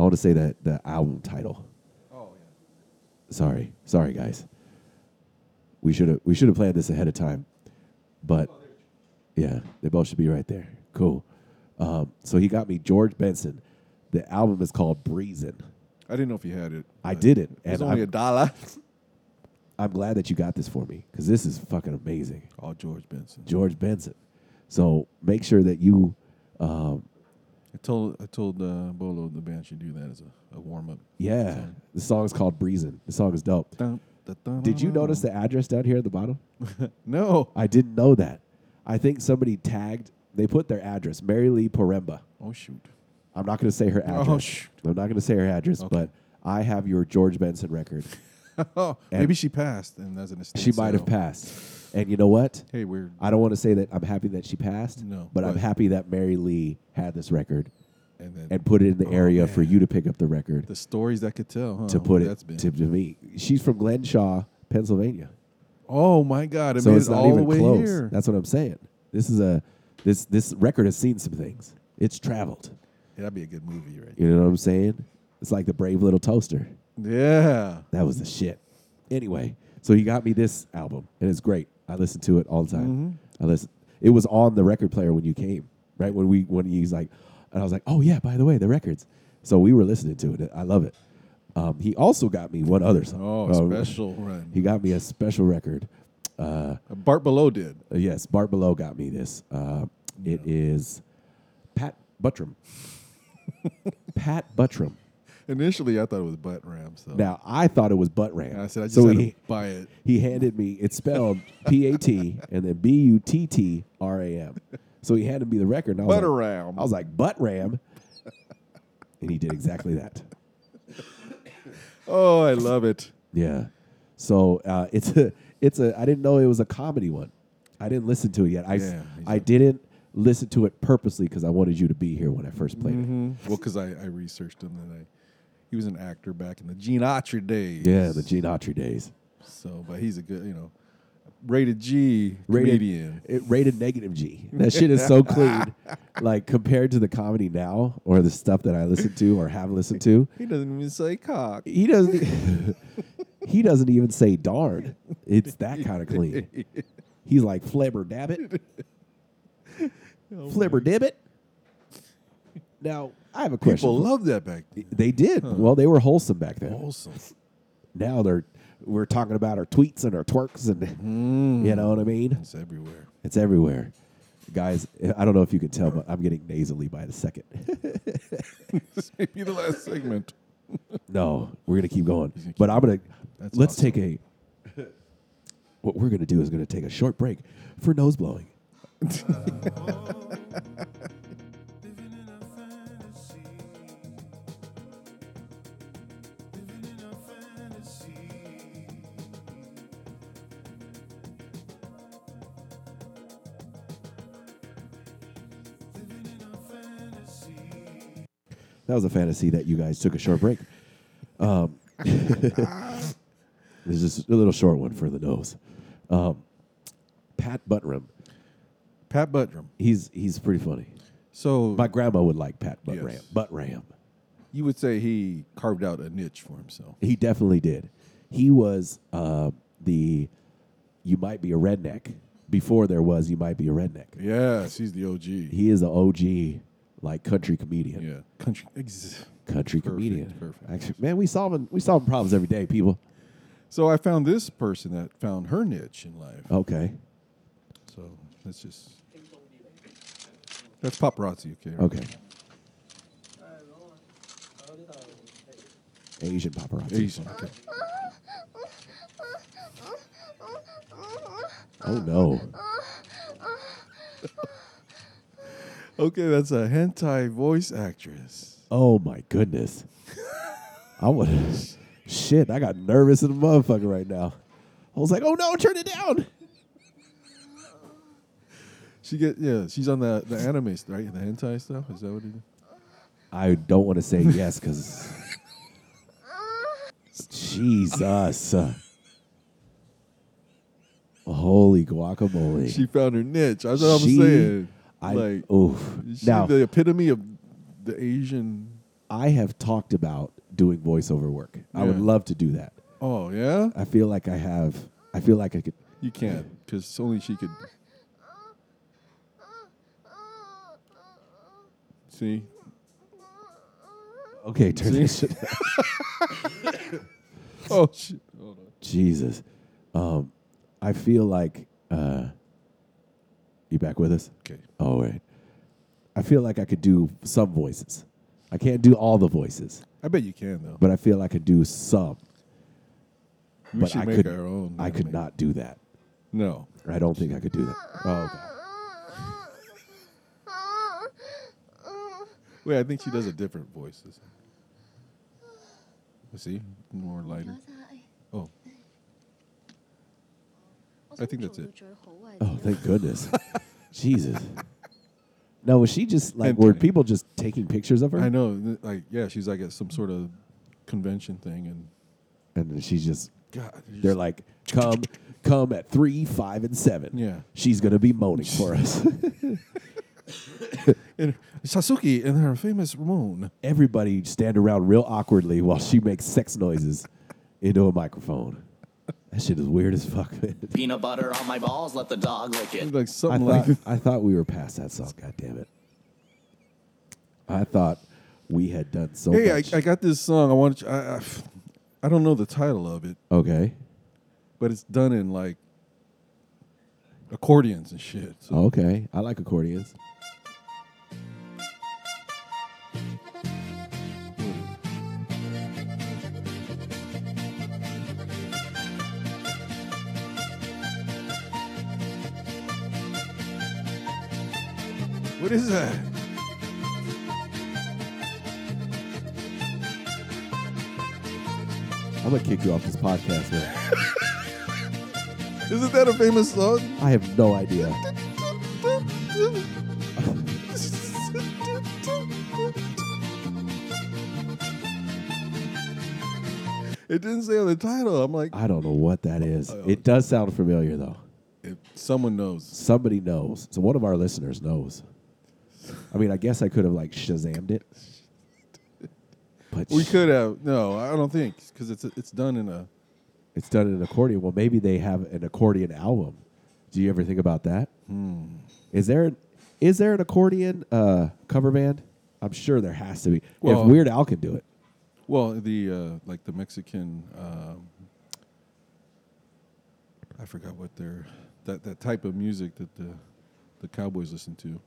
[SPEAKER 2] I want to say that the album title.
[SPEAKER 1] Oh yeah.
[SPEAKER 2] Sorry, sorry guys. We should have we should have planned this ahead of time, but
[SPEAKER 1] Oh,
[SPEAKER 2] yeah, they both should be right there. Cool. Um, so he got me George Benson. The album is called Breezin'.
[SPEAKER 1] I didn't know if you had it.
[SPEAKER 2] I
[SPEAKER 1] but
[SPEAKER 2] didn't,
[SPEAKER 1] It was
[SPEAKER 2] and
[SPEAKER 1] only
[SPEAKER 2] I'm-
[SPEAKER 1] a dollar. *laughs*
[SPEAKER 2] I'm glad that you got this for me because this is fucking amazing.
[SPEAKER 1] Oh, George Benson.
[SPEAKER 2] George Benson. So make sure that you, um,
[SPEAKER 1] I told I told uh, Bolo the band should do that as a, a warm up.
[SPEAKER 2] yeah, the song is called Breezin'. The song is dope. Did you notice the address down here at the bottom?
[SPEAKER 1] No.
[SPEAKER 2] I didn't know that. I think somebody tagged, they put their address, Mary Lee Poremba.
[SPEAKER 1] Oh shoot. *laughs*
[SPEAKER 2] I'm not going to say her
[SPEAKER 1] Oh,
[SPEAKER 2] address.
[SPEAKER 1] shoot.
[SPEAKER 2] I'm not going to say her address,
[SPEAKER 1] Okay.
[SPEAKER 2] but I have your George Benson record.
[SPEAKER 1] oh, maybe she passed, and that's an estate
[SPEAKER 2] She might have
[SPEAKER 1] sale.
[SPEAKER 2] passed. And you know what?
[SPEAKER 1] Hey, we're
[SPEAKER 2] I don't want to say that I'm happy that she passed,
[SPEAKER 1] No,
[SPEAKER 2] but I'm
[SPEAKER 1] but-
[SPEAKER 2] happy that Mary Lee had this record
[SPEAKER 1] and then
[SPEAKER 2] and put it in the
[SPEAKER 1] Oh,
[SPEAKER 2] area for
[SPEAKER 1] man.
[SPEAKER 2] you to pick up the record.
[SPEAKER 1] the stories that could tell huh?
[SPEAKER 2] to put
[SPEAKER 1] That's
[SPEAKER 2] it
[SPEAKER 1] been.
[SPEAKER 2] to, to me. She's from Glenshaw, Pennsylvania,
[SPEAKER 1] oh my God! It
[SPEAKER 2] so
[SPEAKER 1] made
[SPEAKER 2] it's
[SPEAKER 1] it
[SPEAKER 2] not
[SPEAKER 1] all the
[SPEAKER 2] even
[SPEAKER 1] way
[SPEAKER 2] close.
[SPEAKER 1] here.
[SPEAKER 2] That's what I'm saying. This is a this this record has seen some things. It's traveled.
[SPEAKER 1] Yeah, that'd be a good movie, right?
[SPEAKER 2] You know what I'm saying? It's like the Brave Little Toaster.
[SPEAKER 1] Yeah.
[SPEAKER 2] That was the shit. Anyway, so he got me this album, and it's great. I listen to it all the time.
[SPEAKER 1] Mm-hmm.
[SPEAKER 2] I listen. It was on the record player when you came, right? When we when he's like, and I was like, oh yeah, by the way, the records. So we were listening to it. I love it. Um, he also got me one other song.
[SPEAKER 1] Oh,
[SPEAKER 2] Uh,
[SPEAKER 1] special run.
[SPEAKER 2] He got me a special record. Uh,
[SPEAKER 1] Bart Below did.
[SPEAKER 2] yes, Bart Below got me this. Uh, It is Pat
[SPEAKER 1] *laughs*
[SPEAKER 2] Buttram. Pat Buttram.
[SPEAKER 1] Initially, I thought it was butt ram. So
[SPEAKER 2] Now I thought it was butt ram.
[SPEAKER 1] I said I just
[SPEAKER 2] so
[SPEAKER 1] had
[SPEAKER 2] he,
[SPEAKER 1] to buy it.
[SPEAKER 2] he handed me it's spelled P A T and then B U T T R A M. So he handed me the record. And I was
[SPEAKER 1] Butter
[SPEAKER 2] like,
[SPEAKER 1] ram.
[SPEAKER 2] I was like butt ram, and he did exactly that.
[SPEAKER 1] Oh, I love it.
[SPEAKER 2] Yeah. So uh, it's a it's a I didn't know it was a comedy one. I didn't listen to it yet. I s-
[SPEAKER 1] Yeah, he's
[SPEAKER 2] I didn't listen to it purposely because I wanted you to be here when I first played it.
[SPEAKER 1] Mhm. Well, because I, I researched him and I, he was an actor back in the Gene Autry days.
[SPEAKER 2] Yeah, the Gene Autry days.
[SPEAKER 1] So, but he's a good, you know, rated G
[SPEAKER 2] rated,
[SPEAKER 1] comedian.
[SPEAKER 2] It rated negative G. That shit is
[SPEAKER 1] *laughs*
[SPEAKER 2] so clean. like compared to the comedy now or the stuff that I listen to or have listened to,
[SPEAKER 1] He doesn't even say cock.
[SPEAKER 2] he doesn't. e-, *laughs* he doesn't even say darn. It's that kind of clean. He's like flabber dabbit,
[SPEAKER 1] Oh,
[SPEAKER 2] flabber dibbit. Now I have a question.
[SPEAKER 1] People loved that back then.
[SPEAKER 2] they did. Well, they were wholesome back then.
[SPEAKER 1] Awesome.
[SPEAKER 2] Now they're we're talking about our tweets and our twerks and
[SPEAKER 1] Mm.
[SPEAKER 2] you know what I mean.
[SPEAKER 1] It's everywhere. *laughs*
[SPEAKER 2] It's everywhere. Guys, I don't know if you can tell, but I'm getting nasally by the second. *laughs*
[SPEAKER 1] this may be the last segment.
[SPEAKER 2] no, we're gonna keep going. But I'm gonna
[SPEAKER 1] That's
[SPEAKER 2] let's
[SPEAKER 1] awesome.
[SPEAKER 2] take a what we're gonna do is gonna take a short break for nose blowing.
[SPEAKER 10] Living in a fantasy. Living in a fantasy. Living in a fantasy.
[SPEAKER 2] That was a fantasy that you guys took a short break. Um, *laughs* this is a little short one for the nose. Um, Pat Buttram,
[SPEAKER 1] Pat Buttram.
[SPEAKER 2] he's he's pretty funny.
[SPEAKER 1] So
[SPEAKER 2] My grandma would like Pat Buttram.
[SPEAKER 1] Yes.
[SPEAKER 2] Buttram.
[SPEAKER 1] you would say he carved out a niche for himself.
[SPEAKER 2] He definitely did. He was uh, the you might be a redneck before there was you might be a redneck.
[SPEAKER 1] Yes, he's the OG.
[SPEAKER 2] He is an OG like country comedian.
[SPEAKER 1] Yeah, country. ex-
[SPEAKER 2] Country
[SPEAKER 1] Perfect,
[SPEAKER 2] comedian.
[SPEAKER 1] perfect.
[SPEAKER 2] Actually, man, we solving we solving problems every day, people.
[SPEAKER 1] So I found this person that found her niche in life.
[SPEAKER 2] Okay.
[SPEAKER 1] So that's just that's paparazzi. Okay.
[SPEAKER 2] Okay. Asian paparazzi.
[SPEAKER 1] Asian. Okay.
[SPEAKER 2] Oh no.
[SPEAKER 1] okay, that's a hentai voice actress.
[SPEAKER 2] Oh my goodness. I would *laughs* shit, I got nervous as a motherfucker right now. I was like, oh no, turn it down.
[SPEAKER 1] She get yeah. She's on the the anime st- right? The hentai stuff. Is that what it is?
[SPEAKER 2] I don't want to say yes because Jesus, holy guacamole!
[SPEAKER 1] She found her niche. That's what
[SPEAKER 2] She-
[SPEAKER 1] I'm saying.
[SPEAKER 2] I
[SPEAKER 1] like
[SPEAKER 2] oof.
[SPEAKER 1] she's
[SPEAKER 2] Now
[SPEAKER 1] the epitome of the Asian.
[SPEAKER 2] I have talked about doing voiceover work. I would
[SPEAKER 1] Yeah.
[SPEAKER 2] love to do that.
[SPEAKER 1] Oh yeah,
[SPEAKER 2] I feel like I have. I feel like I could.
[SPEAKER 1] you can't because only she could. See,
[SPEAKER 2] Okay, turn this shit.
[SPEAKER 1] oh, she, hold on.
[SPEAKER 2] Jesus, um, I feel like. Uh, you back with us?
[SPEAKER 1] okay.
[SPEAKER 2] Oh wait. I feel like I could do some voices. I can't do all the voices,
[SPEAKER 1] I bet you can though.
[SPEAKER 2] but I feel I could do some.
[SPEAKER 1] we
[SPEAKER 2] but
[SPEAKER 1] should
[SPEAKER 2] I
[SPEAKER 1] make
[SPEAKER 2] could-
[SPEAKER 1] our own.
[SPEAKER 2] I could
[SPEAKER 1] anime.
[SPEAKER 2] not do that.
[SPEAKER 1] No,
[SPEAKER 2] I don't think I could do that. Oh god.
[SPEAKER 1] wait. I think she does a different voice. This time. See, more lighter. Oh, I think that's it.
[SPEAKER 2] Oh, thank
[SPEAKER 1] *laughs*
[SPEAKER 2] goodness. Jesus. Now was she just like
[SPEAKER 1] And
[SPEAKER 2] were
[SPEAKER 1] tiny.
[SPEAKER 2] people just taking pictures of her?
[SPEAKER 1] I know. th- Like, yeah, she's like at some sort of convention thing, and
[SPEAKER 2] And then she's just
[SPEAKER 1] God, you
[SPEAKER 2] they're
[SPEAKER 1] just-
[SPEAKER 2] like, come, come at three, five, and seven.
[SPEAKER 1] Yeah.
[SPEAKER 2] She's gonna be moaning
[SPEAKER 1] *laughs*
[SPEAKER 2] for us.
[SPEAKER 1] and Sasuke and her famous Ramon.
[SPEAKER 2] Everybody stand around real awkwardly while she makes sex noises into a microphone. That shit is weird as fuck. *laughs* man.
[SPEAKER 13] Peanut butter on my balls, let the dog lick it.
[SPEAKER 1] Like
[SPEAKER 2] I
[SPEAKER 1] something
[SPEAKER 2] thought
[SPEAKER 1] like
[SPEAKER 2] I thought we were past that song. God damn it! I thought we had done so
[SPEAKER 1] hey,
[SPEAKER 2] much.
[SPEAKER 1] I, I got this song. I want. you- I, I, I don't know the title of it,
[SPEAKER 2] okay.
[SPEAKER 1] but it's done in like accordions and shit. So
[SPEAKER 2] Okay. I like accordions. Oh.
[SPEAKER 1] What is that?
[SPEAKER 2] I'm gonna kick you off this podcast, man.
[SPEAKER 1] Isn't that a famous song?
[SPEAKER 2] I have no idea.
[SPEAKER 1] It didn't say on the title. I'm like,
[SPEAKER 2] I don't know what that is.
[SPEAKER 1] Oh,
[SPEAKER 2] It does sound familiar though.
[SPEAKER 1] if someone knows.
[SPEAKER 2] Somebody knows. So one of our listeners knows. I mean, I guess I could have like Shazammed
[SPEAKER 1] *laughs*
[SPEAKER 2] it. But
[SPEAKER 1] We
[SPEAKER 2] sh-
[SPEAKER 1] could have. No, I don't think because it's it's done in a.
[SPEAKER 2] it's done in an accordion. Well, maybe they have an accordion album. Do you ever think about that? Is
[SPEAKER 1] Hmm.
[SPEAKER 2] there an, is there an accordion uh, cover band? I'm sure there has to be.
[SPEAKER 1] Well-
[SPEAKER 2] if Weird Al can do it,
[SPEAKER 1] Well, the uh, like the Mexican. Um, I forgot what their that that type of music that the the cowboys listen to.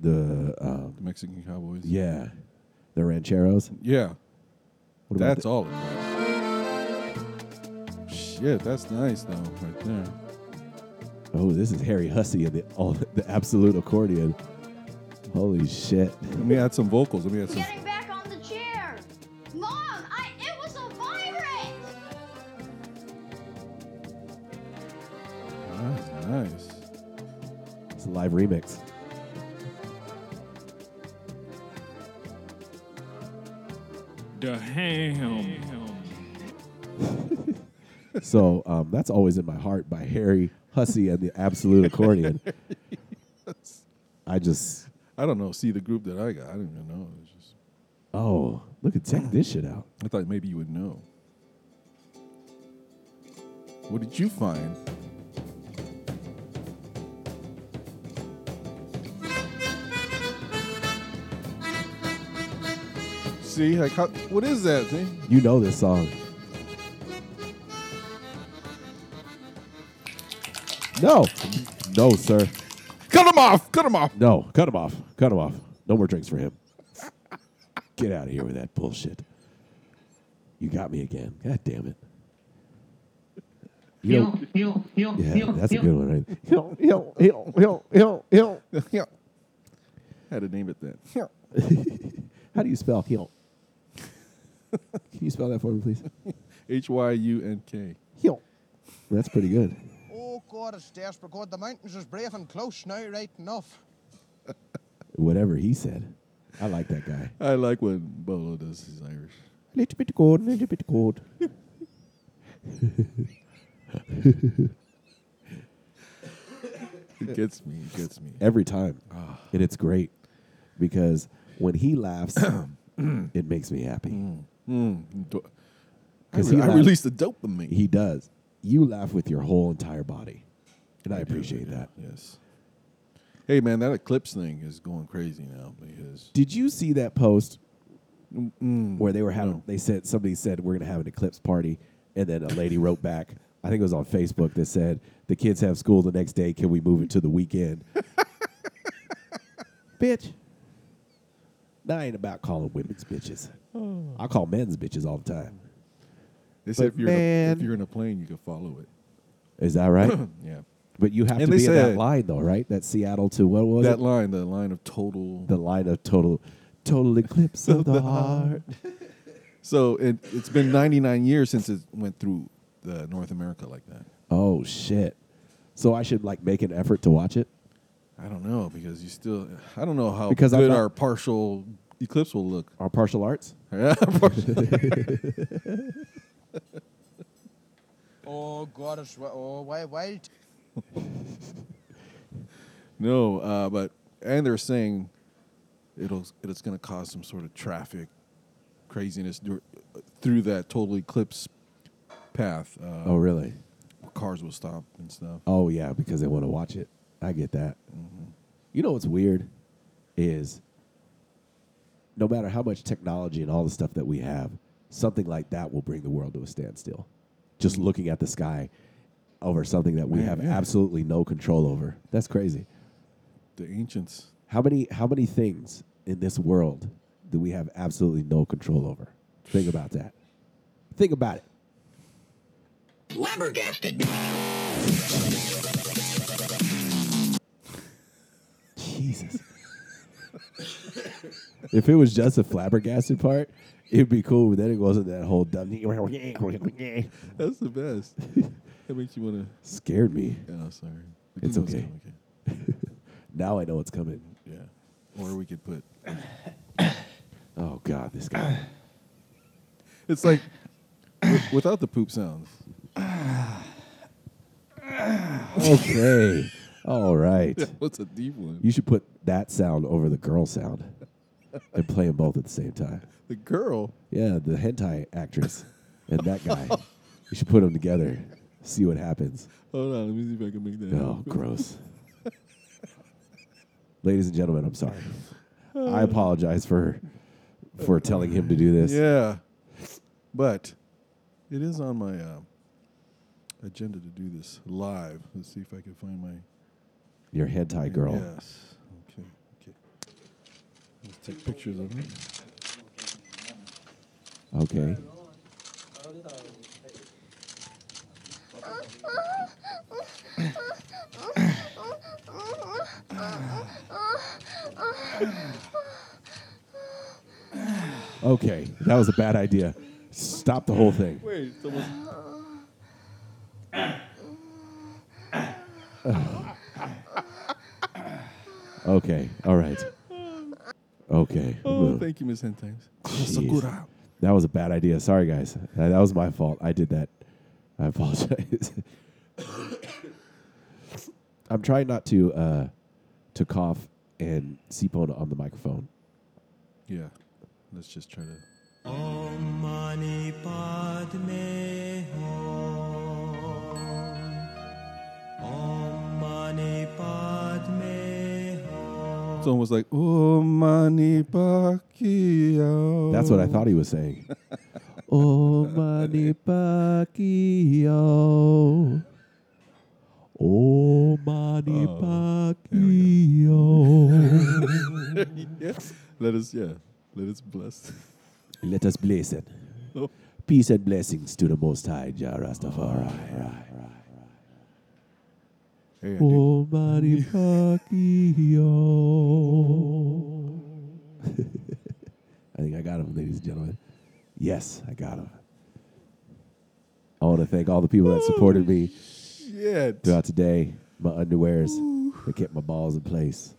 [SPEAKER 2] the um,
[SPEAKER 1] The Mexican cowboys.
[SPEAKER 2] yeah, the rancheros.
[SPEAKER 1] Yeah.
[SPEAKER 2] What about
[SPEAKER 1] That's
[SPEAKER 2] the-
[SPEAKER 1] all it was. Shit, that's nice though, right there.
[SPEAKER 2] Oh, this is Harry Hussey and the all, the absolute accordion. Holy shit!
[SPEAKER 1] Let me add some vocals. Let me add some.
[SPEAKER 9] Getting back on the chair. Mom, I it was a virus.
[SPEAKER 1] That's Ah, nice.
[SPEAKER 2] It's a live remix. So um, that's always in my heart by Harry Hussey and the absolute
[SPEAKER 1] *laughs*
[SPEAKER 2] accordion. I just
[SPEAKER 1] I don't know. See the group that I got. I didn't even know. It was just,
[SPEAKER 2] oh look at check this shit out.
[SPEAKER 1] I thought maybe you would know. What did you find? See, like, how, what is that thing?
[SPEAKER 2] You know this song. No, no, sir.
[SPEAKER 1] Cut him off! Cut him off! *laughs*
[SPEAKER 2] No, cut him off. Cut him off. No more drinks for him. Get out of here with that bullshit. You got me again. God damn it. You know- yeah, that's a good one, right? Yo, yo, yo, yo, yo, yo.
[SPEAKER 1] yeah. Had to name it that. Yeah.
[SPEAKER 2] How do you spell heel? *laughs* Can you spell that for me, please?
[SPEAKER 1] H Y U N K.
[SPEAKER 2] Heel. That's pretty good.
[SPEAKER 6] Oh, God, it's desperate. God, the mountains is brave and close now, right enough.
[SPEAKER 2] Whatever he said. I like
[SPEAKER 1] *laughs*
[SPEAKER 2] that guy.
[SPEAKER 1] I like when Bolo does his Irish.
[SPEAKER 2] A little bit cold, a little bit cold.
[SPEAKER 1] It gets me. It gets me.
[SPEAKER 2] Every time. And it's great because when
[SPEAKER 1] *coughs*
[SPEAKER 2] he laughs, *coughs* it makes me happy.
[SPEAKER 1] Mm, do- I,
[SPEAKER 2] 'Cause
[SPEAKER 1] re-
[SPEAKER 2] he
[SPEAKER 1] I
[SPEAKER 2] laugh-
[SPEAKER 1] released the dopamine.
[SPEAKER 2] He does. You laugh with your whole entire body. And I,
[SPEAKER 1] do,
[SPEAKER 2] appreciate
[SPEAKER 1] yeah,
[SPEAKER 2] that.
[SPEAKER 1] Yes. Hey man, that eclipse thing is going crazy now because
[SPEAKER 2] Did you see that post where they were having? They said somebody said we're gonna have an eclipse party, and then a lady wrote back. I think it was on Facebook that said the kids have school the next day. Can we move it to
[SPEAKER 1] *laughs*
[SPEAKER 2] the weekend? Bitch, that ain't about calling women's bitches.
[SPEAKER 1] Oh.
[SPEAKER 2] I call men's bitches all the time.
[SPEAKER 1] they said
[SPEAKER 2] But
[SPEAKER 1] if you're, in a, if
[SPEAKER 2] man-
[SPEAKER 1] you're in a plane, you can follow it. *clears throat*
[SPEAKER 2] Is that right?
[SPEAKER 1] yeah.
[SPEAKER 2] but you have
[SPEAKER 1] And
[SPEAKER 2] to
[SPEAKER 1] they
[SPEAKER 2] be in that
[SPEAKER 1] said-
[SPEAKER 2] line though, right? That Seattle to what was
[SPEAKER 1] that
[SPEAKER 2] it?
[SPEAKER 1] line, the line of total.
[SPEAKER 2] the line of total, total eclipse
[SPEAKER 1] *laughs*
[SPEAKER 2] of the heart.
[SPEAKER 1] so it, it's been 99 years since it went through the North America like that.
[SPEAKER 2] Oh shit! So I should like make an effort to watch it.
[SPEAKER 1] I don't know because you still. I don't know how
[SPEAKER 2] Because I'm
[SPEAKER 1] good
[SPEAKER 2] not-
[SPEAKER 1] our partial eclipse will
[SPEAKER 2] *laughs*
[SPEAKER 1] look. *laughs*
[SPEAKER 2] Our partial arts.
[SPEAKER 1] Yeah, partial-
[SPEAKER 6] Oh, God, it's wi- oh, wild, wild.
[SPEAKER 1] no, uh, but and they're saying it'll it's going to cause some sort of traffic craziness dur- through that total eclipse path. Uh,
[SPEAKER 2] Oh really?
[SPEAKER 1] Cars will stop and stuff.
[SPEAKER 2] Oh yeah, because they want to watch it. I get that. You know what's weird is no matter how much technology and all the stuff that we have, something like that will bring the world to a standstill. Just looking at the sky over something that we
[SPEAKER 1] Man,
[SPEAKER 2] have
[SPEAKER 1] yeah.
[SPEAKER 2] absolutely no control over. That's crazy.
[SPEAKER 1] The ancients.
[SPEAKER 2] How many how many things in this world do we have absolutely no control over? Think about that. Think about it.
[SPEAKER 5] Flabbergasted.
[SPEAKER 2] Jesus. If it was just a flabbergasted part, it'd be cool, but then it wasn't that whole dumb.
[SPEAKER 1] That's the
[SPEAKER 2] *laughs*
[SPEAKER 1] best. that makes you want to.
[SPEAKER 2] Scared me.
[SPEAKER 1] Yeah, I'm sorry. But you
[SPEAKER 2] It's
[SPEAKER 1] know what's
[SPEAKER 2] okay.
[SPEAKER 1] coming,
[SPEAKER 2] now I know it's coming.
[SPEAKER 1] Yeah. Or we could put.
[SPEAKER 2] Oh God, this guy.
[SPEAKER 1] It's like wi- without the poop sounds. *laughs*
[SPEAKER 2] Okay. All right.
[SPEAKER 1] That was a deep one.
[SPEAKER 2] You should put that sound over the girl sound and play them both at the same time.
[SPEAKER 1] The girl.
[SPEAKER 2] Yeah, the hentai actress and that guy. you should put them together. See what happens.
[SPEAKER 1] Hold on. Let me see if I can make that.
[SPEAKER 2] Oh, gross. Ladies and gentlemen, I'm sorry. I apologize for for telling him to do this.
[SPEAKER 1] Yeah. But it is on my uh, agenda to do this live. Let's see if I can find my.
[SPEAKER 2] Your hentai girl.
[SPEAKER 1] Yes. Okay. Okay. Let's take pictures of it.
[SPEAKER 2] Okay. Okay. That was a bad idea. Stop the whole thing.
[SPEAKER 1] Wait, someone's.
[SPEAKER 2] Okay. All right. Okay.
[SPEAKER 1] Oh,
[SPEAKER 2] Ugh.
[SPEAKER 1] thank you, Miss Hentimes.
[SPEAKER 2] Jeez.
[SPEAKER 1] Sakura.
[SPEAKER 2] That was a bad idea. Sorry, guys. Uh, That, that was my fault. I did that. I apologize. *coughs* I'm trying not to uh, to cough and seep on, on the microphone.
[SPEAKER 1] Yeah. Let's just try to. It's almost like Oh Mani Pacquiao.
[SPEAKER 2] That's what I thought he was saying. *laughs* oh, Manny Pacquiao. Oh, Manny Pacquiao.
[SPEAKER 1] yeah. Let us, yeah. Let us bless. *laughs*
[SPEAKER 2] Let us bless *laughs* it.
[SPEAKER 1] Oh.
[SPEAKER 2] Peace and blessings to the Most High, Jah Rastafari.
[SPEAKER 1] Hey, I
[SPEAKER 2] *laughs*
[SPEAKER 1] did-
[SPEAKER 2] Oh, Manny Pacquiao. I think I got him, ladies and gentlemen. Yes, I got him. I want to thank all the people that supported me
[SPEAKER 1] Yeah.
[SPEAKER 2] throughout today. My underwears that kept my balls in place.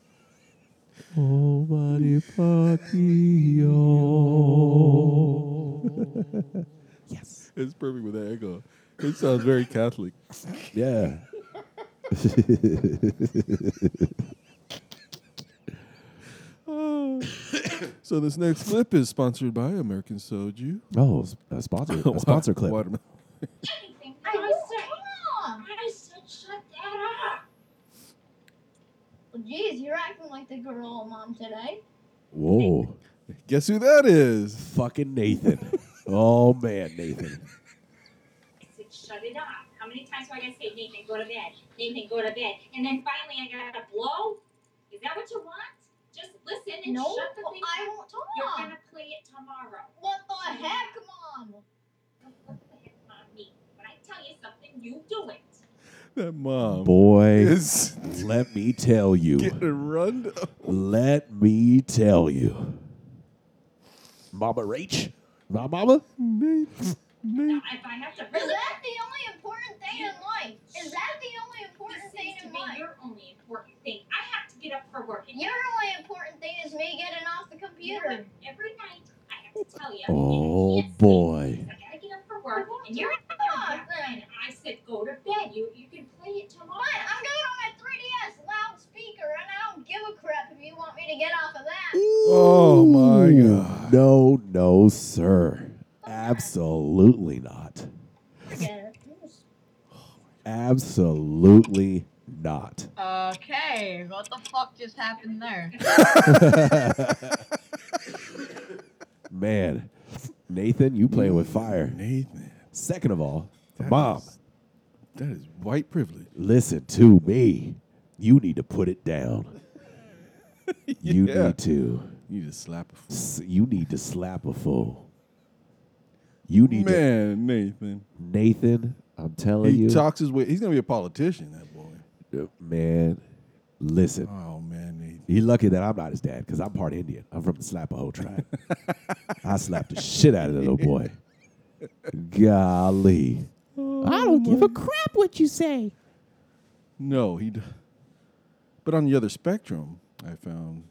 [SPEAKER 2] Oh, Manny Pacquiao. *laughs* yes.
[SPEAKER 1] It's perfect with that echo. It sounds very Catholic.
[SPEAKER 2] Yeah.
[SPEAKER 1] *coughs* So this next clip is sponsored by American Soju.
[SPEAKER 2] Oh, s- a sponsor, *laughs* a sponsor clip.
[SPEAKER 1] Watermelon.
[SPEAKER 9] I was wrong. I said shut that up. Well, geez, you're acting like the girl mom today.
[SPEAKER 2] Whoa.
[SPEAKER 1] Guess who that is?
[SPEAKER 2] Fucking Nathan. oh, man, Nathan.
[SPEAKER 14] I said, shut it off. How many times do I gotta say, Nathan, go to bed? Nathan, go to bed. And then finally I gotta blow? Is that what you want? Just listen and
[SPEAKER 9] No,
[SPEAKER 14] shut the thing
[SPEAKER 9] I
[SPEAKER 14] up.
[SPEAKER 9] won't
[SPEAKER 14] You're
[SPEAKER 9] talk.
[SPEAKER 14] gonna play it tomorrow.
[SPEAKER 9] What the heck, mom?
[SPEAKER 14] What the heck, mommy? When I tell you something, you do it.
[SPEAKER 1] That mom.
[SPEAKER 2] Boy,
[SPEAKER 1] Is
[SPEAKER 2] let me tell you.
[SPEAKER 1] getting run down.
[SPEAKER 2] Let me tell you. Mama Rach? My mama?
[SPEAKER 14] Now, if I have to
[SPEAKER 9] Is
[SPEAKER 14] really
[SPEAKER 9] that the only important thing in life? Is that the only important
[SPEAKER 14] this
[SPEAKER 9] thing
[SPEAKER 14] seems to
[SPEAKER 9] in
[SPEAKER 14] be
[SPEAKER 9] life?
[SPEAKER 14] your only important thing. I have to get up for work. And
[SPEAKER 9] Your only important thing is me getting off the
[SPEAKER 14] you know
[SPEAKER 9] computer.
[SPEAKER 14] what? every night I have to tell you.
[SPEAKER 2] Oh,
[SPEAKER 14] you can't sleep
[SPEAKER 2] boy.
[SPEAKER 14] because I gotta get up for work. And you're
[SPEAKER 9] Fuck,
[SPEAKER 14] And I said, go to bed. You you can play it tomorrow.
[SPEAKER 9] Fine, I'm doing it on my 3DS loudspeaker, and I don't give a crap if you want me to get off of that.
[SPEAKER 1] Oh my
[SPEAKER 2] Ooh,
[SPEAKER 1] god.
[SPEAKER 2] No, no, sir. Absolutely not.
[SPEAKER 9] Forget
[SPEAKER 2] Absolutely not.
[SPEAKER 15] Okay, what the fuck just happened there?
[SPEAKER 2] man, Nathan, you playing with fire.
[SPEAKER 1] Nathan.
[SPEAKER 2] Second of all,
[SPEAKER 1] That
[SPEAKER 2] mom,
[SPEAKER 1] is- that is white privilege.
[SPEAKER 2] listen to me. You need to put
[SPEAKER 1] *laughs*
[SPEAKER 2] it down. *laughs* You
[SPEAKER 1] Yeah.
[SPEAKER 2] need to.
[SPEAKER 1] You need to slap a fool.
[SPEAKER 2] s- You need to slap a fool. You need
[SPEAKER 1] Man, Nathan.
[SPEAKER 2] to. Nathan, I'm telling
[SPEAKER 1] He
[SPEAKER 2] you.
[SPEAKER 1] talks his way. He's gonna be a politician. That boy.
[SPEAKER 2] Uh, man, listen.
[SPEAKER 1] Oh man, Nathan.
[SPEAKER 2] You're lucky that I'm not his dad because I'm part Indian. I'm from the
[SPEAKER 1] *laughs*
[SPEAKER 2] Slapahoe tribe. I slapped the shit out of the little boy. Golly.
[SPEAKER 12] I don't give a crap what you say.
[SPEAKER 1] No, he. D- but on the other spectrum, I found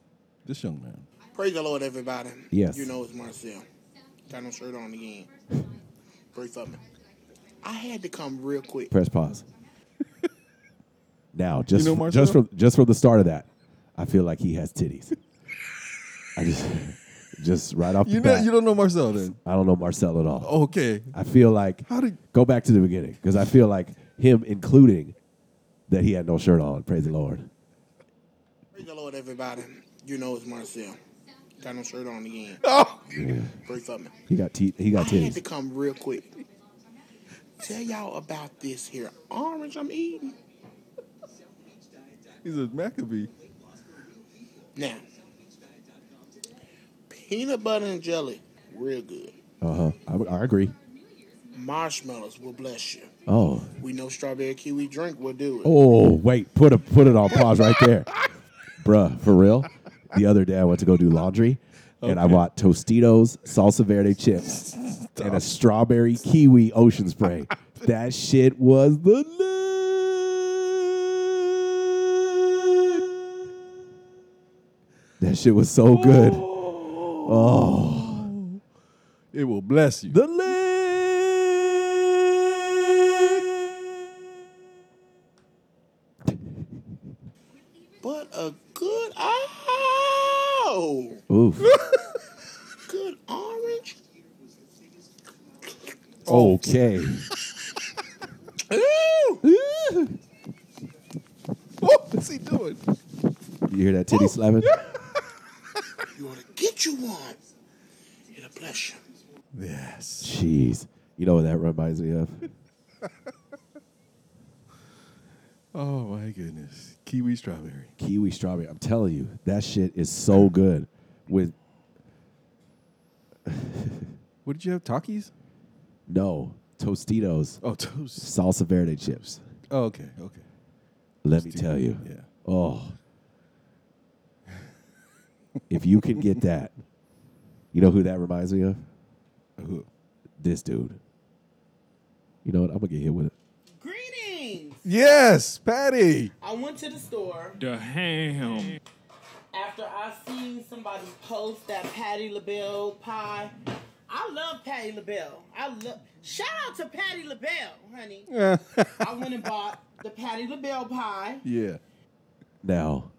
[SPEAKER 1] this young man.
[SPEAKER 15] Praise the Lord, everybody.
[SPEAKER 1] Yes.
[SPEAKER 15] You know it's Marcel. Got no shirt on again. Brief up. I had to come real quick.
[SPEAKER 2] Press pause. now, just
[SPEAKER 1] know
[SPEAKER 2] f-
[SPEAKER 1] Marcel?
[SPEAKER 2] just from just from the start of that, I feel like he has titties. I just just right off
[SPEAKER 1] You
[SPEAKER 2] the
[SPEAKER 1] know,
[SPEAKER 2] bat.
[SPEAKER 1] you don't know Marcel then.
[SPEAKER 2] I don't know Marcel at all.
[SPEAKER 1] Okay.
[SPEAKER 2] I feel like
[SPEAKER 1] How did-
[SPEAKER 2] go back to the beginning because I feel like him including that he had no shirt on. Praise the Lord.
[SPEAKER 15] Praise the Lord, everybody. You know it's Marcel. Got no shirt on again.
[SPEAKER 2] Yeah.
[SPEAKER 15] Brief up.
[SPEAKER 2] He got te- he got
[SPEAKER 15] I had to
[SPEAKER 2] titties.
[SPEAKER 15] come real quick. Tell y'all about this here orange I'm eating.
[SPEAKER 1] He's a Maccabee.
[SPEAKER 15] Now, peanut butter and jelly, real good.
[SPEAKER 2] Uh huh. I, I agree.
[SPEAKER 15] Marshmallows will bless you.
[SPEAKER 2] Oh.
[SPEAKER 15] We know strawberry kiwi drink will do it.
[SPEAKER 2] Oh wait, put a put it on pause right there, bruh. For real, the other day I went to go do laundry, and I
[SPEAKER 1] Okay.
[SPEAKER 2] bought Tostitos salsa verde chips and a strawberry kiwi ocean spray. that shit was the lit. That shit was so good. Oh,
[SPEAKER 1] It will bless *laughs* you.
[SPEAKER 2] the lit.
[SPEAKER 15] But a good oh,
[SPEAKER 2] Oof.
[SPEAKER 15] good orange.
[SPEAKER 2] Okay.
[SPEAKER 15] Ooh,
[SPEAKER 2] you
[SPEAKER 1] What's he doing?
[SPEAKER 2] hear that titty slapping?
[SPEAKER 15] you ought to get you one. It'll bless you.
[SPEAKER 1] Yes.
[SPEAKER 2] Jeez. You know what that reminds me of?
[SPEAKER 1] Oh my goodness. Kiwi strawberry.
[SPEAKER 2] Kiwi strawberry. I'm telling you, that shit is so good. With
[SPEAKER 1] What did you have? Takis?
[SPEAKER 2] no Tostitos
[SPEAKER 1] Oh, *laughs* toast.
[SPEAKER 2] salsa verde chips.
[SPEAKER 1] Oh, okay. Okay.
[SPEAKER 2] Let me tell you.
[SPEAKER 1] Yeah.
[SPEAKER 2] Oh. if you can get that, you know who that reminds me of?
[SPEAKER 1] Who?
[SPEAKER 2] This dude. You know what? I'm gonna get hit with it.
[SPEAKER 16] Greetings.
[SPEAKER 1] Yes, Patty.
[SPEAKER 16] I went to the store
[SPEAKER 1] The ham.
[SPEAKER 16] after I seen somebody post that Patty LaBelle pie. I love Patty LaBelle. I love. Shout out to Patty LaBelle, honey. I went and bought the Patty LaBelle pie.
[SPEAKER 1] Yeah.
[SPEAKER 2] Now,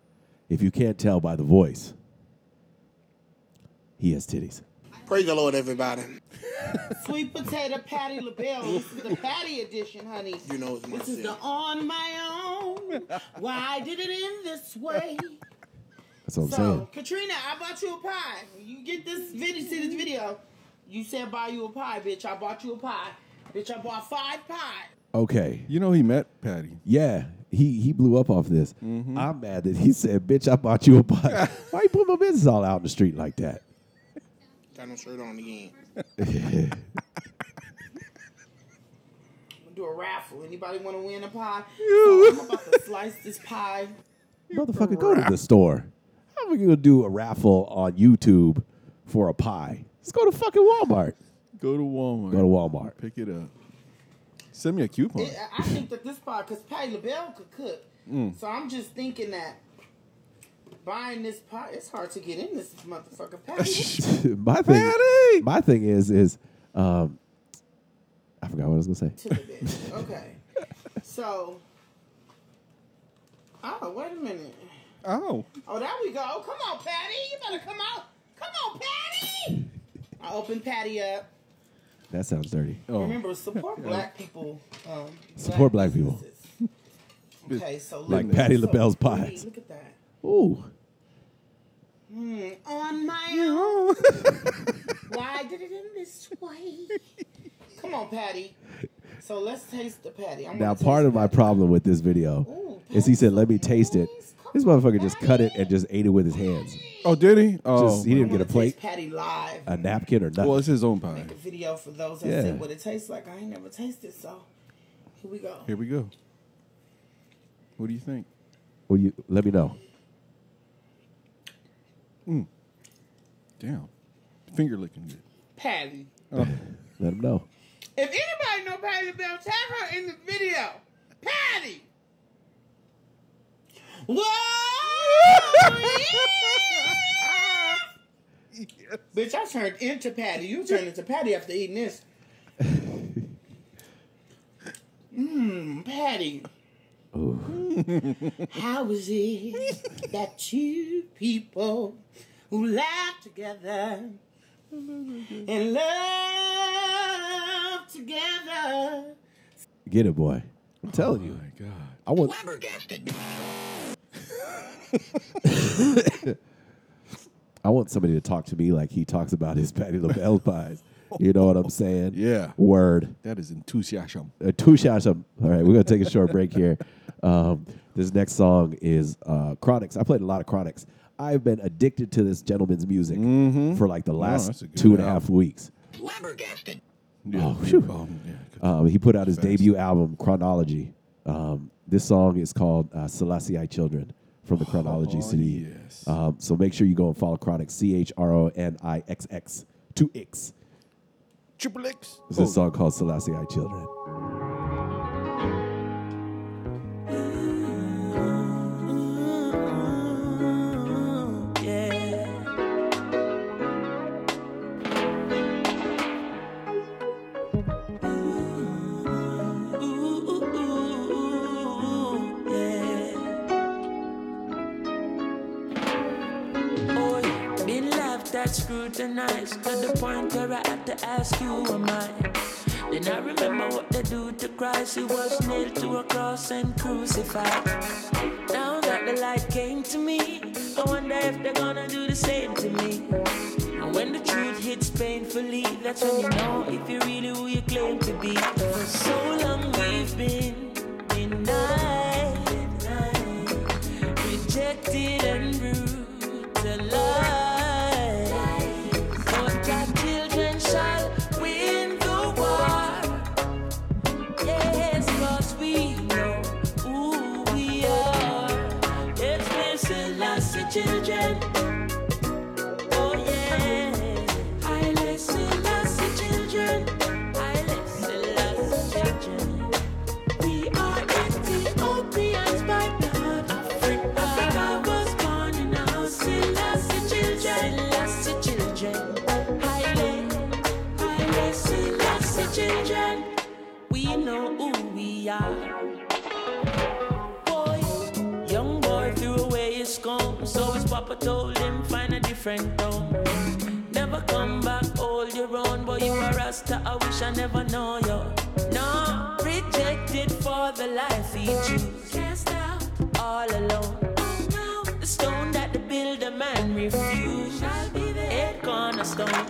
[SPEAKER 2] if you can't tell by the voice, he has titties.
[SPEAKER 15] Praise the Lord, everybody.
[SPEAKER 16] Sweet potato Patty LaBelle. This is the Patty edition, honey.
[SPEAKER 15] You know it's
[SPEAKER 16] This is the
[SPEAKER 15] Marcel.
[SPEAKER 16] on my own. Why did it end this way?
[SPEAKER 2] That's what I'm
[SPEAKER 16] so,
[SPEAKER 2] saying.
[SPEAKER 16] Katrina, I bought you a pie. You get this video, see this video. You said buy you a pie, bitch. I bought you a pie. Bitch, I bought five pies.
[SPEAKER 2] Okay.
[SPEAKER 1] You know he met Patty.
[SPEAKER 2] Yeah, he he blew up off this. I'm mad that he said, "Bitch, I bought you a pie." Why you put my business all out in the street like that?
[SPEAKER 15] Got no shirt on again.
[SPEAKER 16] I'm gonna do a raffle. Anybody wanna win
[SPEAKER 2] *laughs*
[SPEAKER 16] a pie? So I'm about to slice this pie.
[SPEAKER 2] Motherfucker, go to the store. How are we gonna do a raffle on YouTube for a pie? Let's go to fucking Walmart.
[SPEAKER 1] Go to Walmart.
[SPEAKER 2] Go to Walmart.
[SPEAKER 1] Pick it up. Send me a coupon.
[SPEAKER 16] It- I think that this pie, because Patty LaBelle could cook.
[SPEAKER 1] Mm.
[SPEAKER 16] So I'm just thinking that buying this pie, it's hard to get in this motherfucker
[SPEAKER 2] *laughs*
[SPEAKER 16] patty.
[SPEAKER 2] my thing, my thing is is um, I forgot what I was gonna
[SPEAKER 16] to
[SPEAKER 2] say.
[SPEAKER 16] the bitch. Okay. So. Oh, wait a minute.
[SPEAKER 1] Oh.
[SPEAKER 16] Oh, there we go. Come on, Patty. You better come out. Come on, Patty. I opened Patty up.
[SPEAKER 2] That sounds dirty. *laughs*
[SPEAKER 16] Remember, support black people. Um,
[SPEAKER 2] Support black people.
[SPEAKER 16] businesses. *laughs* Okay, so
[SPEAKER 2] Like
[SPEAKER 16] look-
[SPEAKER 2] Patty
[SPEAKER 16] so
[SPEAKER 2] LaBelle's
[SPEAKER 16] pretty.
[SPEAKER 2] pies.
[SPEAKER 16] Look at that.
[SPEAKER 2] Ooh, *laughs*
[SPEAKER 16] Hmm. On my own. Why Come on, Patty. So let's taste the patty. I'm
[SPEAKER 2] Now,
[SPEAKER 16] gonna
[SPEAKER 2] part
[SPEAKER 16] taste
[SPEAKER 2] of my problem with this video is he said, "Let me taste it." This motherfucker just cut it and just ate it with his hands.
[SPEAKER 1] Oh, did he? Oh,
[SPEAKER 2] Just- he didn't get a plate,
[SPEAKER 16] Patty live.
[SPEAKER 2] a napkin, or nothing.
[SPEAKER 1] Well, it's his own pie.
[SPEAKER 16] Make a video for those that
[SPEAKER 2] Yeah.
[SPEAKER 16] said what it tastes like. I ain't never tasted, so here we go.
[SPEAKER 1] Here we go. What do you think?
[SPEAKER 2] Well, you let me know.
[SPEAKER 1] Damn, finger licking good.
[SPEAKER 16] Patty.
[SPEAKER 1] Oh.
[SPEAKER 2] Let him know.
[SPEAKER 16] If anybody know Patty LaBelle, tag her in the video. Patty. Whoa! yeah! Bitch, I turned into Patty. You turned into Patty after eating this. Mmm, Patty. How is it that you people who laugh together and love together.
[SPEAKER 2] Get it, boy. I'm telling you.
[SPEAKER 1] my God.
[SPEAKER 2] I want. *laughs* I want somebody to talk to me like he talks about his Patty LaBelle pies. You know what I'm saying?
[SPEAKER 1] Yeah.
[SPEAKER 2] Word.
[SPEAKER 1] That is enthusiasm.
[SPEAKER 2] Uh, two shots up. All right, we're gonna take a short break here. Um, this next song is uh, Chronics. I played a lot of Chronics. I've been addicted to this gentleman's music for like the last
[SPEAKER 1] Mm-hmm. Oh, that's a good
[SPEAKER 2] two and a half
[SPEAKER 1] album.
[SPEAKER 2] weeks.
[SPEAKER 5] Flabbergasted.
[SPEAKER 1] Yeah.
[SPEAKER 2] Oh, phew.
[SPEAKER 1] Um, yeah.
[SPEAKER 2] Um, he put out his
[SPEAKER 1] Fast.
[SPEAKER 2] debut album, Chronology. Um, this song is called uh, Selassie Children from the Chronology
[SPEAKER 1] Oh,
[SPEAKER 2] CD.
[SPEAKER 1] yes.
[SPEAKER 2] Um, so make sure you go and follow Chronics, C H R O N I X X, two X.
[SPEAKER 1] Triple X. Oh,
[SPEAKER 2] It's a song called Selassie Children.
[SPEAKER 11] Boy, been laughed at, scrutinized to the point where I had to ask you, am I? Then I remember what they do to Christ. He was nailed to a cross and crucified. Now that the light came to me, I wonder if they're gonna do the same to me. And when the truth hits painfully, that's when you know if you're really who you claim to be. For so long we've been denied, rejected and bruised alive. But our children shall win the war. Yes, 'cause we know who we are. It's blessed us, the children. Oh, yeah. I listen, us, the children. I listen, us, the children. We are Ethiopians by blood. Africa was born in a house. Selassie children. Selassie children. Haile, Haile Selassie children. We know who we are. Boy, young boy threw away his comb. So his papa told him, find a different home. Never come back, hold your own. Boy, you are Rasta, I wish I never know you. No, rejected for the life he chose. Cast out all alone. Oh no, the stone that the builder man refused. Shall be the head cornerstone.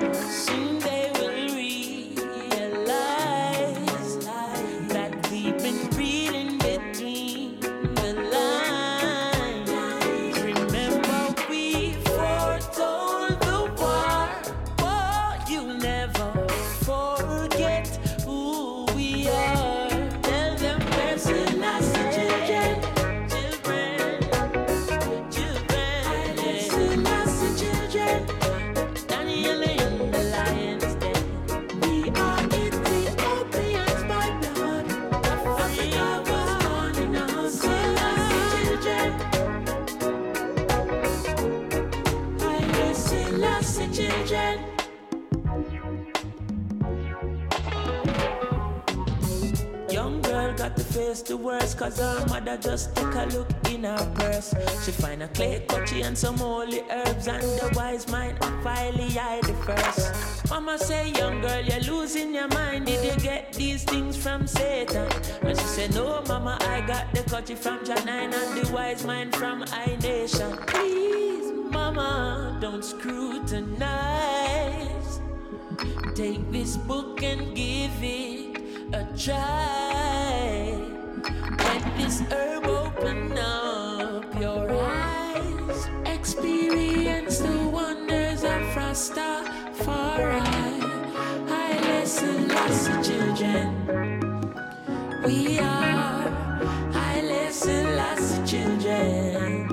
[SPEAKER 11] Soon they will realize that we've been reading between the lines. Remember, we foretold the war. Oh, you never forget who we are. Tell them we're Selassie children. Children, children. We're Selassie children. Daniel in the lion's den. We are Ethiopians by blood. Africa was born in a house. Selassie children. Haile Selassie children. Young girl got to face the worst Cause her mother just took a look in her purse She find a clay cutchy and some holy herbs And the wise mind of Filey I the first Mama say, young girl, you're losing your mind Did you get these things from Satan? And she say, no, mama, I got the cutchy from John 9 And the wise mind from I Nation Please, mama, don't scrutinize Take this book and give it a try. Let this herb open up your eyes. Experience the wonders of Rastafari. High lesson, lesson, children. We are high lesson, lesson, children.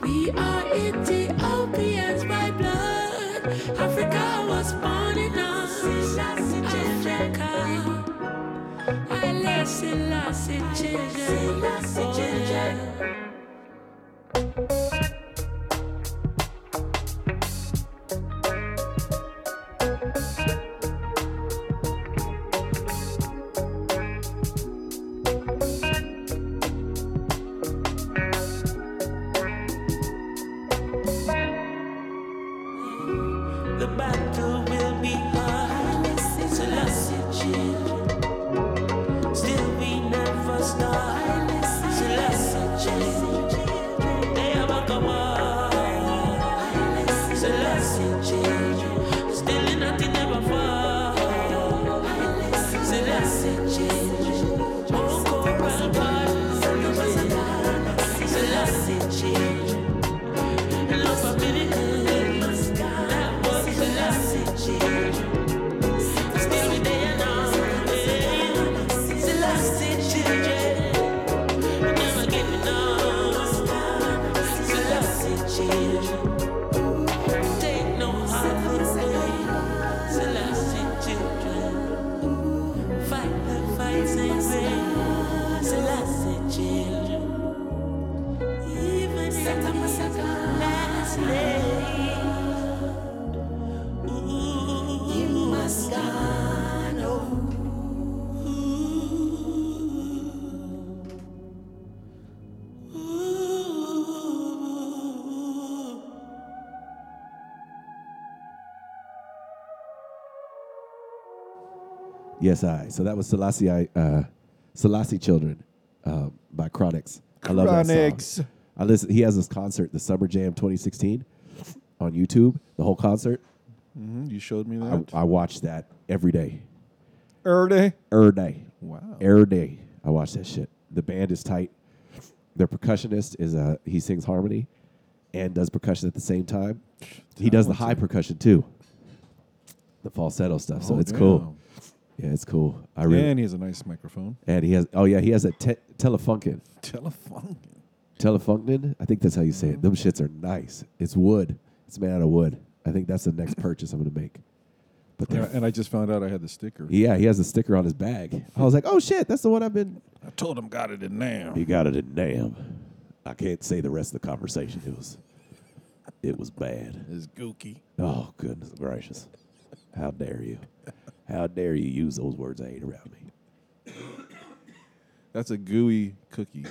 [SPEAKER 11] We are Ethiopians by blood. Africa was born in us. Africa. I listen, listen, children. Oh, yeah. The battle will be hard. It's a lost children. Still we never stop. It's a lost children. They are back up. It's a lost children. Still in nothing never fall. It's a lost children. Oh, corporal pardon. It's a lost children. Children. Even set up a second last name. Ooh, you must go.
[SPEAKER 2] Yes, I. So that was Selassie, I, uh, Selassie Children uh, by Chronix. I love that
[SPEAKER 1] Chronix.
[SPEAKER 2] song. I listen. He has this concert, the Summer Jam 2016, on YouTube. The whole concert.
[SPEAKER 1] Mhm, You showed me
[SPEAKER 2] I,
[SPEAKER 1] that.
[SPEAKER 2] I watch that every day.
[SPEAKER 1] Erday.
[SPEAKER 2] Every day.
[SPEAKER 1] Wow.
[SPEAKER 2] Every day. I watch that shit. The band is tight. Their percussionist is uh he sings harmony and does percussion at the same time. He does the high percussion too. The falsetto stuff. so
[SPEAKER 1] Oh,
[SPEAKER 2] it's cool. Yeah, it's cool. I really
[SPEAKER 1] and he has a nice
[SPEAKER 2] *laughs*
[SPEAKER 1] microphone.
[SPEAKER 2] and he has oh yeah, he has a te- telefunken.
[SPEAKER 1] Telephone.
[SPEAKER 2] Telefunken? I think that's how you say it. Them shits are nice. It's wood. It's made out of wood. I think that's the next purchase I'm gonna make. But
[SPEAKER 1] And I,
[SPEAKER 2] they're
[SPEAKER 1] and I just found out I had the sticker.
[SPEAKER 2] yeah, he has a sticker on his bag. I was like, oh shit, that's the one I've been.
[SPEAKER 1] I told him got it in now.
[SPEAKER 2] You got it in damn. I can't say the rest of the conversation. It was, it was bad.
[SPEAKER 1] It's gooky.
[SPEAKER 2] Oh goodness gracious! How dare you? How dare you use those words I ain't around me?
[SPEAKER 1] That's a gooey
[SPEAKER 2] *laughs*
[SPEAKER 1] cookie.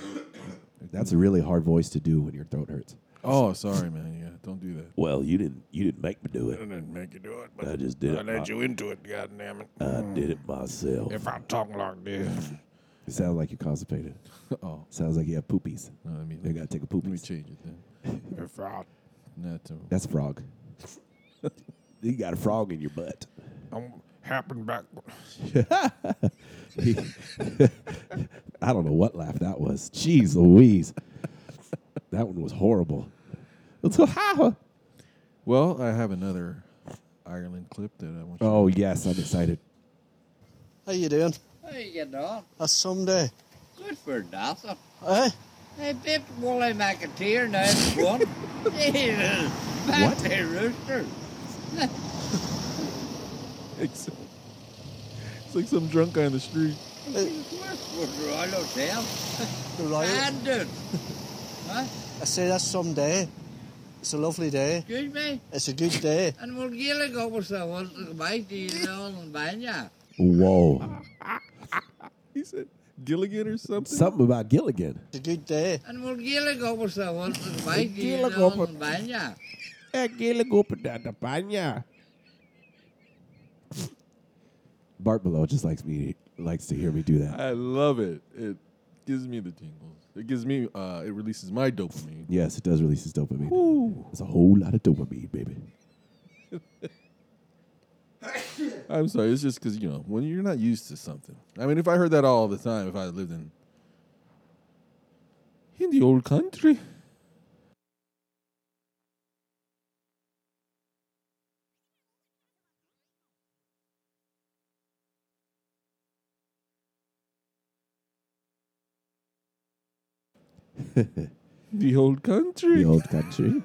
[SPEAKER 2] That's a really hard voice to do when your throat hurts.
[SPEAKER 1] Oh, sorry, man. Yeah, don't do that.
[SPEAKER 2] Well, you didn't. You didn't make me do
[SPEAKER 1] I
[SPEAKER 2] it.
[SPEAKER 1] didn't make you do it.
[SPEAKER 2] I just did
[SPEAKER 1] I
[SPEAKER 2] it.
[SPEAKER 1] led
[SPEAKER 2] my-
[SPEAKER 1] you into it. goddammit. it.
[SPEAKER 2] I did it myself.
[SPEAKER 1] If I'm talking like this,
[SPEAKER 2] It sounds like you're constipated. *laughs*
[SPEAKER 1] oh,
[SPEAKER 2] Sounds like you have poopies.
[SPEAKER 1] *laughs* no, I mean,
[SPEAKER 2] They gotta take a
[SPEAKER 1] let me
[SPEAKER 2] poopies.
[SPEAKER 1] change it then. if I, not to,
[SPEAKER 2] That's a frog. *laughs* you got a frog in your butt.
[SPEAKER 1] I'm happen back.
[SPEAKER 2] *laughs* I don't know what laugh that was. Jeez Louise. that one was horrible.
[SPEAKER 1] Well, I have another Ireland clip that I want. you
[SPEAKER 2] oh, yes, I'm excited.
[SPEAKER 17] How you doing?
[SPEAKER 18] How you getting on?
[SPEAKER 17] That's someday.
[SPEAKER 18] Good for nothing.
[SPEAKER 17] Eh?
[SPEAKER 18] They bit Wally McAteer now
[SPEAKER 17] *laughs*
[SPEAKER 18] it's one. Jesus, back
[SPEAKER 17] What?
[SPEAKER 18] to rooster.
[SPEAKER 1] *laughs* It's, it's like some drunk guy on the street.
[SPEAKER 18] Was Royal Hotel.
[SPEAKER 17] The Royal- *laughs*
[SPEAKER 18] Bandit. Huh?
[SPEAKER 17] I say that's someday. It's a lovely day.
[SPEAKER 18] Excuse me?
[SPEAKER 17] It's a good day.
[SPEAKER 18] And we'll get a go with the one to the bike to you know and bang ya.
[SPEAKER 2] Whoa.
[SPEAKER 1] He said Gilligan or something.
[SPEAKER 2] Something about Gilligan.
[SPEAKER 17] It's a good day.
[SPEAKER 18] And we'll get a go with the one to the bike to you
[SPEAKER 2] Gilligan
[SPEAKER 18] know
[SPEAKER 2] over-
[SPEAKER 18] and bang ya.
[SPEAKER 2] Bart Below just likes me likes to hear me do that.
[SPEAKER 1] I love it. It gives me the tingles. It gives me. Uh, it releases my dopamine.
[SPEAKER 2] Yes, it does release his dopamine. It's a whole lot of dopamine, baby.
[SPEAKER 1] I'm sorry. It's just because you know when you're not used to something. I mean, if I heard that all the time, if I lived in in the old
[SPEAKER 2] *laughs*
[SPEAKER 1] country, the old country,
[SPEAKER 2] the old country.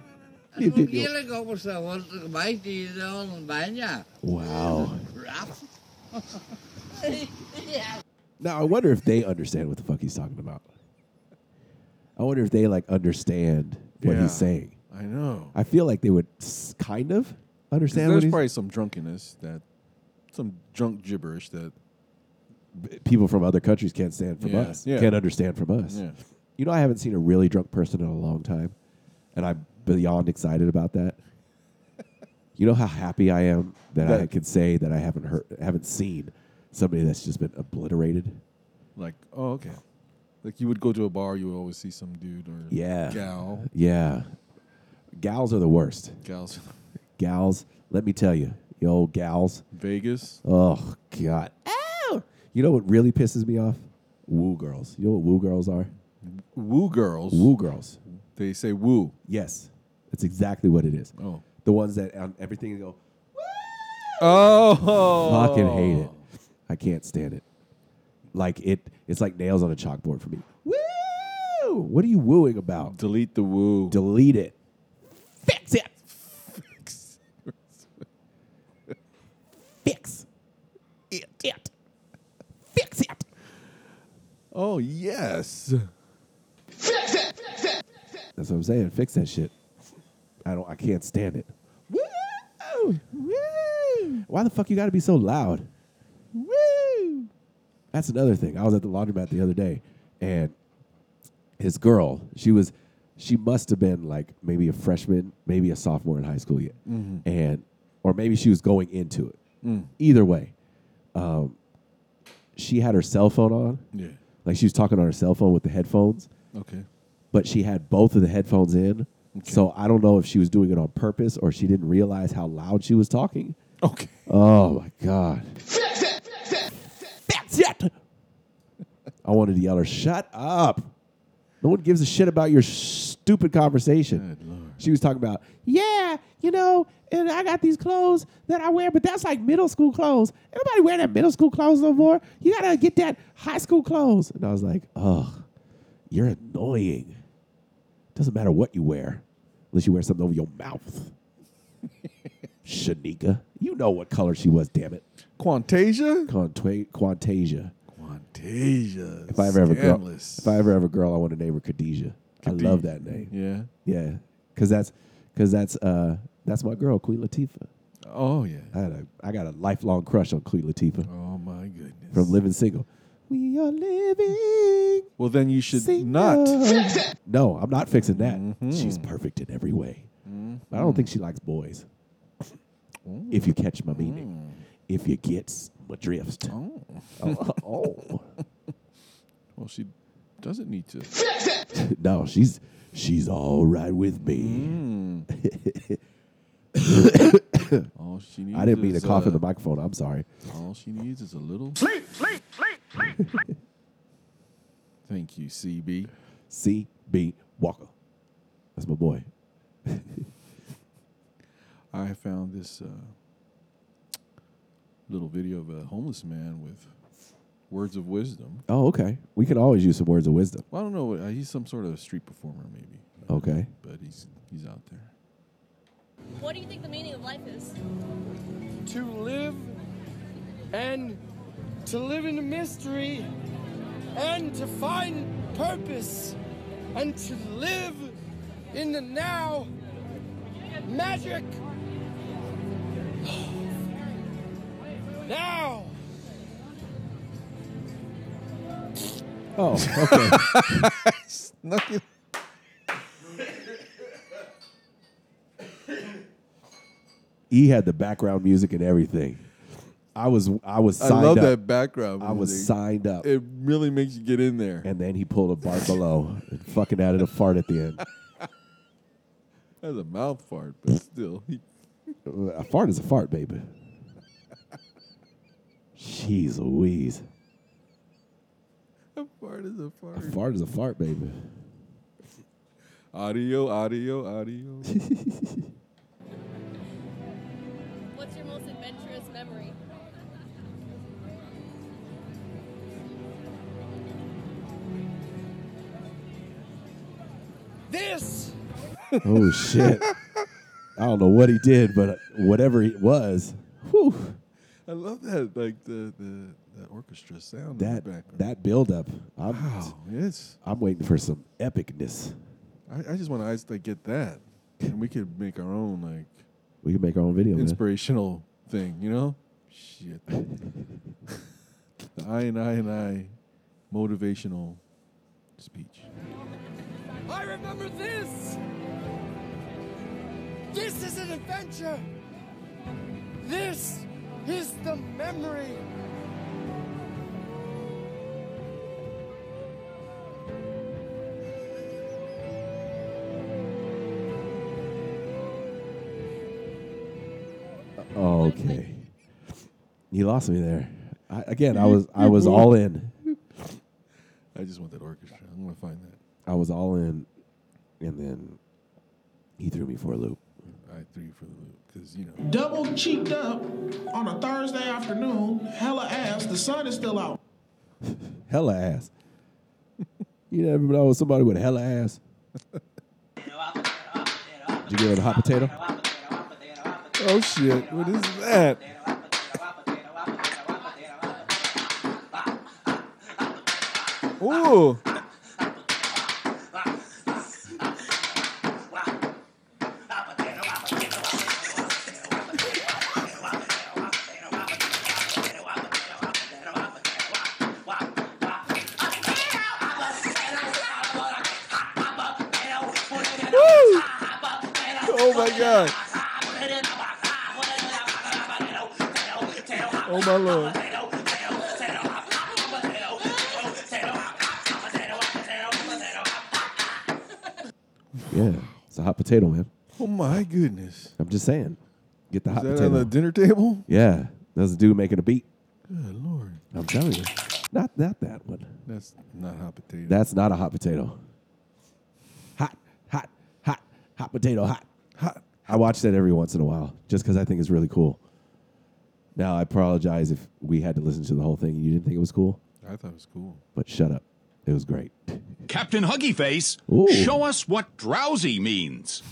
[SPEAKER 18] Hoe eerlijk op is dat, want de meid die is al een bijna.
[SPEAKER 1] *laughs*
[SPEAKER 2] Wow.
[SPEAKER 18] Rap.
[SPEAKER 2] Now I wonder if they understand what the fuck he's talking about. I wonder if they like understand what
[SPEAKER 1] Yeah,
[SPEAKER 2] he's saying.
[SPEAKER 1] I know.
[SPEAKER 2] I feel like they would s- kind of understand what
[SPEAKER 1] There's
[SPEAKER 2] he's
[SPEAKER 1] probably some drunkenness that some drunk gibberish
[SPEAKER 2] *laughs*
[SPEAKER 1] that
[SPEAKER 2] people from other countries can't stand from
[SPEAKER 1] Yeah,
[SPEAKER 2] us,
[SPEAKER 1] yeah.
[SPEAKER 2] can't understand from us.
[SPEAKER 1] Yeah.
[SPEAKER 2] You know, I haven't seen a really drunk person in a long time, and I'm beyond excited about that. you know how happy I am that, I
[SPEAKER 1] That-
[SPEAKER 2] can say that I haven't heard, haven't seen somebody that's just been obliterated.
[SPEAKER 1] like oh okay, like you would go to a bar, you would always see some dude or
[SPEAKER 2] Yeah, *laughs*
[SPEAKER 1] gal,
[SPEAKER 2] yeah. Gals are the worst.
[SPEAKER 1] gals,
[SPEAKER 2] Gals, let me tell you, you old gals.
[SPEAKER 1] Vegas.
[SPEAKER 2] Oh God. Oh. You know what really pisses me off? Woo girls. You know what woo girls are?
[SPEAKER 1] Woo girls.
[SPEAKER 2] Woo girls.
[SPEAKER 1] They say woo.
[SPEAKER 2] Yes, that's exactly what it is.
[SPEAKER 1] Oh.
[SPEAKER 2] The ones that on everything go.
[SPEAKER 1] Oh,
[SPEAKER 2] Fucking hate it. I can't stand it. Like it. It's like nails on a chalkboard for me. Woo! What are you wooing about?
[SPEAKER 1] Delete the woo.
[SPEAKER 2] Delete it. Fix it. Fix it. Fix it.
[SPEAKER 1] Oh yes.
[SPEAKER 2] That's what I'm saying. Fix that shit. I don't. I can't stand it. Woo! Woo! Why the fuck you got to be so loud? Woo! That's another thing. I was at the laundromat the other day, and his girl, she was, she must have been like maybe a freshman, maybe a sophomore in high school yet,
[SPEAKER 1] Mhm.
[SPEAKER 2] and or maybe she was going into it.
[SPEAKER 1] Mm.
[SPEAKER 2] Either way, um, she had her cell phone on.
[SPEAKER 1] Yeah.
[SPEAKER 2] Like she was talking on her cell phone with the headphones
[SPEAKER 1] Okay.
[SPEAKER 2] but she had both of the headphones in. So I don't know if she was doing it on purpose or she didn't realize how loud she was talking.
[SPEAKER 1] Okay.
[SPEAKER 2] Oh my god. That's it. I wanted to yell her, "Shut up!" No one gives a shit about your stupid conversation. She was talking about,
[SPEAKER 12] Yeah, you know, and I got these clothes that I wear, but that's like middle school clothes. Everybody wear that middle school clothes no more. You gotta get that high school clothes.
[SPEAKER 2] and I was like, "Ugh, you're annoying." Doesn't matter what you wear, unless you wear something over your mouth. Shanika, you know what color she was. Damn it.
[SPEAKER 1] Quantasia?
[SPEAKER 2] Quantwa- Quantasia.
[SPEAKER 1] Quantasia.
[SPEAKER 2] If I ever have a girl,
[SPEAKER 1] Scandalous.
[SPEAKER 2] if I ever have a girl, I want to name her Khadijah. I love that name.
[SPEAKER 1] Yeah.
[SPEAKER 2] Yeah, because that's because that's uh that's my girl, Queen Latifah.
[SPEAKER 1] Oh yeah.
[SPEAKER 2] I had a I got a lifelong crush on Queen Latifah
[SPEAKER 1] Oh my goodness.
[SPEAKER 2] from Living Single.
[SPEAKER 12] We are living.
[SPEAKER 1] Well then you should
[SPEAKER 12] Single.
[SPEAKER 1] not. Mm-hmm.
[SPEAKER 2] No, I'm not fixing that. She's perfect in every way. I don't think she likes boys. If you catch my meaning, if you get my drift.
[SPEAKER 1] Mm. Oh. *laughs*
[SPEAKER 2] Oh, oh.
[SPEAKER 1] Well, she doesn't need to.
[SPEAKER 2] no, she's she's all right with me.
[SPEAKER 1] Mm, All she needs.
[SPEAKER 2] I didn't mean to
[SPEAKER 1] is,
[SPEAKER 2] cough in the
[SPEAKER 1] uh,
[SPEAKER 2] microphone. I'm sorry.
[SPEAKER 1] All she needs is a little.
[SPEAKER 6] sleep, sleep,
[SPEAKER 1] *laughs*
[SPEAKER 6] sleep.
[SPEAKER 1] Thank you, CB.
[SPEAKER 2] CB Walker. That's my boy.
[SPEAKER 1] I found this uh, little video of a homeless man with words of wisdom.
[SPEAKER 2] Oh, okay. We could always use some words of wisdom.
[SPEAKER 1] Well, I don't know. uh, He's some sort of street performer, maybe.
[SPEAKER 2] Okay.
[SPEAKER 1] But he's he's out there.
[SPEAKER 19] What do you think the meaning of life is?
[SPEAKER 20] to live and to live in a mystery and to find purpose and to live in the now magic *gasps* now
[SPEAKER 2] Oh, okay.
[SPEAKER 1] Snuck it.
[SPEAKER 2] *laughs* he had the background music and everything. I was I was
[SPEAKER 1] I
[SPEAKER 2] signed
[SPEAKER 1] love
[SPEAKER 2] up.
[SPEAKER 1] that background.
[SPEAKER 2] I was
[SPEAKER 1] music.
[SPEAKER 2] signed up.
[SPEAKER 1] It really makes you get in there.
[SPEAKER 2] and then he pulled a Bart below and fucking added a fart at the end.
[SPEAKER 1] That's a mouth fart, but still. He,
[SPEAKER 2] A fart is a fart, baby. Jeez Louise.
[SPEAKER 1] A fart is a
[SPEAKER 2] A
[SPEAKER 1] fart.
[SPEAKER 2] fart is a fart, baby.
[SPEAKER 1] Audio, audio,
[SPEAKER 2] *laughs*
[SPEAKER 1] audio.
[SPEAKER 19] What's your most adventurous memory?
[SPEAKER 20] This!
[SPEAKER 2] oh shit. I don't know what he did, but whatever it was, whew,
[SPEAKER 1] I love that, like the the, the orchestra sound in the
[SPEAKER 2] that
[SPEAKER 1] background.
[SPEAKER 2] that buildup. I'm
[SPEAKER 1] yes.
[SPEAKER 2] I'm waiting for some epicness.
[SPEAKER 1] I, I just want to like get that, and we could make our own like
[SPEAKER 2] We can make our own video. man.
[SPEAKER 1] inspirational thing, you know? *laughs* Shit. the I and I and I motivational speech.
[SPEAKER 20] I remember this! This is an adventure! This is the memory!
[SPEAKER 2] Okay. You lost me there. I, again, I
[SPEAKER 1] You-
[SPEAKER 2] was I
[SPEAKER 1] you
[SPEAKER 2] was
[SPEAKER 1] blew
[SPEAKER 2] all
[SPEAKER 1] it.
[SPEAKER 2] in.
[SPEAKER 1] I just want that orchestra. I'm gonna find that.
[SPEAKER 2] I was all in, and then he threw me for a loop.
[SPEAKER 1] I threw you for the loop because you know.
[SPEAKER 15] Double cheeked up on a Thursday afternoon, hella ass, the sun is still out.
[SPEAKER 2] Hella ass. *laughs* you never know somebody with hella ass. Did you give it a hot potato?
[SPEAKER 1] Oh shit! What is that? Ooh. Woo! Oh my god. Oh my lord.
[SPEAKER 2] Yeah, it's a hot potato, man.
[SPEAKER 1] Oh my goodness.
[SPEAKER 2] I'm just saying, get the
[SPEAKER 1] Is
[SPEAKER 2] hot
[SPEAKER 1] that
[SPEAKER 2] potato.
[SPEAKER 1] on the dinner table?
[SPEAKER 2] yeah, that's a dude making a beat.
[SPEAKER 1] Good lord.
[SPEAKER 2] I'm telling you, not not that one.
[SPEAKER 1] That's not hot potato.
[SPEAKER 2] That's not a hot potato. Hot, hot, hot, hot potato, hot,
[SPEAKER 1] hot.
[SPEAKER 2] I watch that every once in a while just because I think it's really cool. Now I apologize if we had to listen to the whole thing and you didn't think it was cool,
[SPEAKER 1] I thought it was cool.
[SPEAKER 2] but shut up, it was great.
[SPEAKER 21] Captain Huggyface,
[SPEAKER 2] Ooh.
[SPEAKER 21] show us what drowsy means.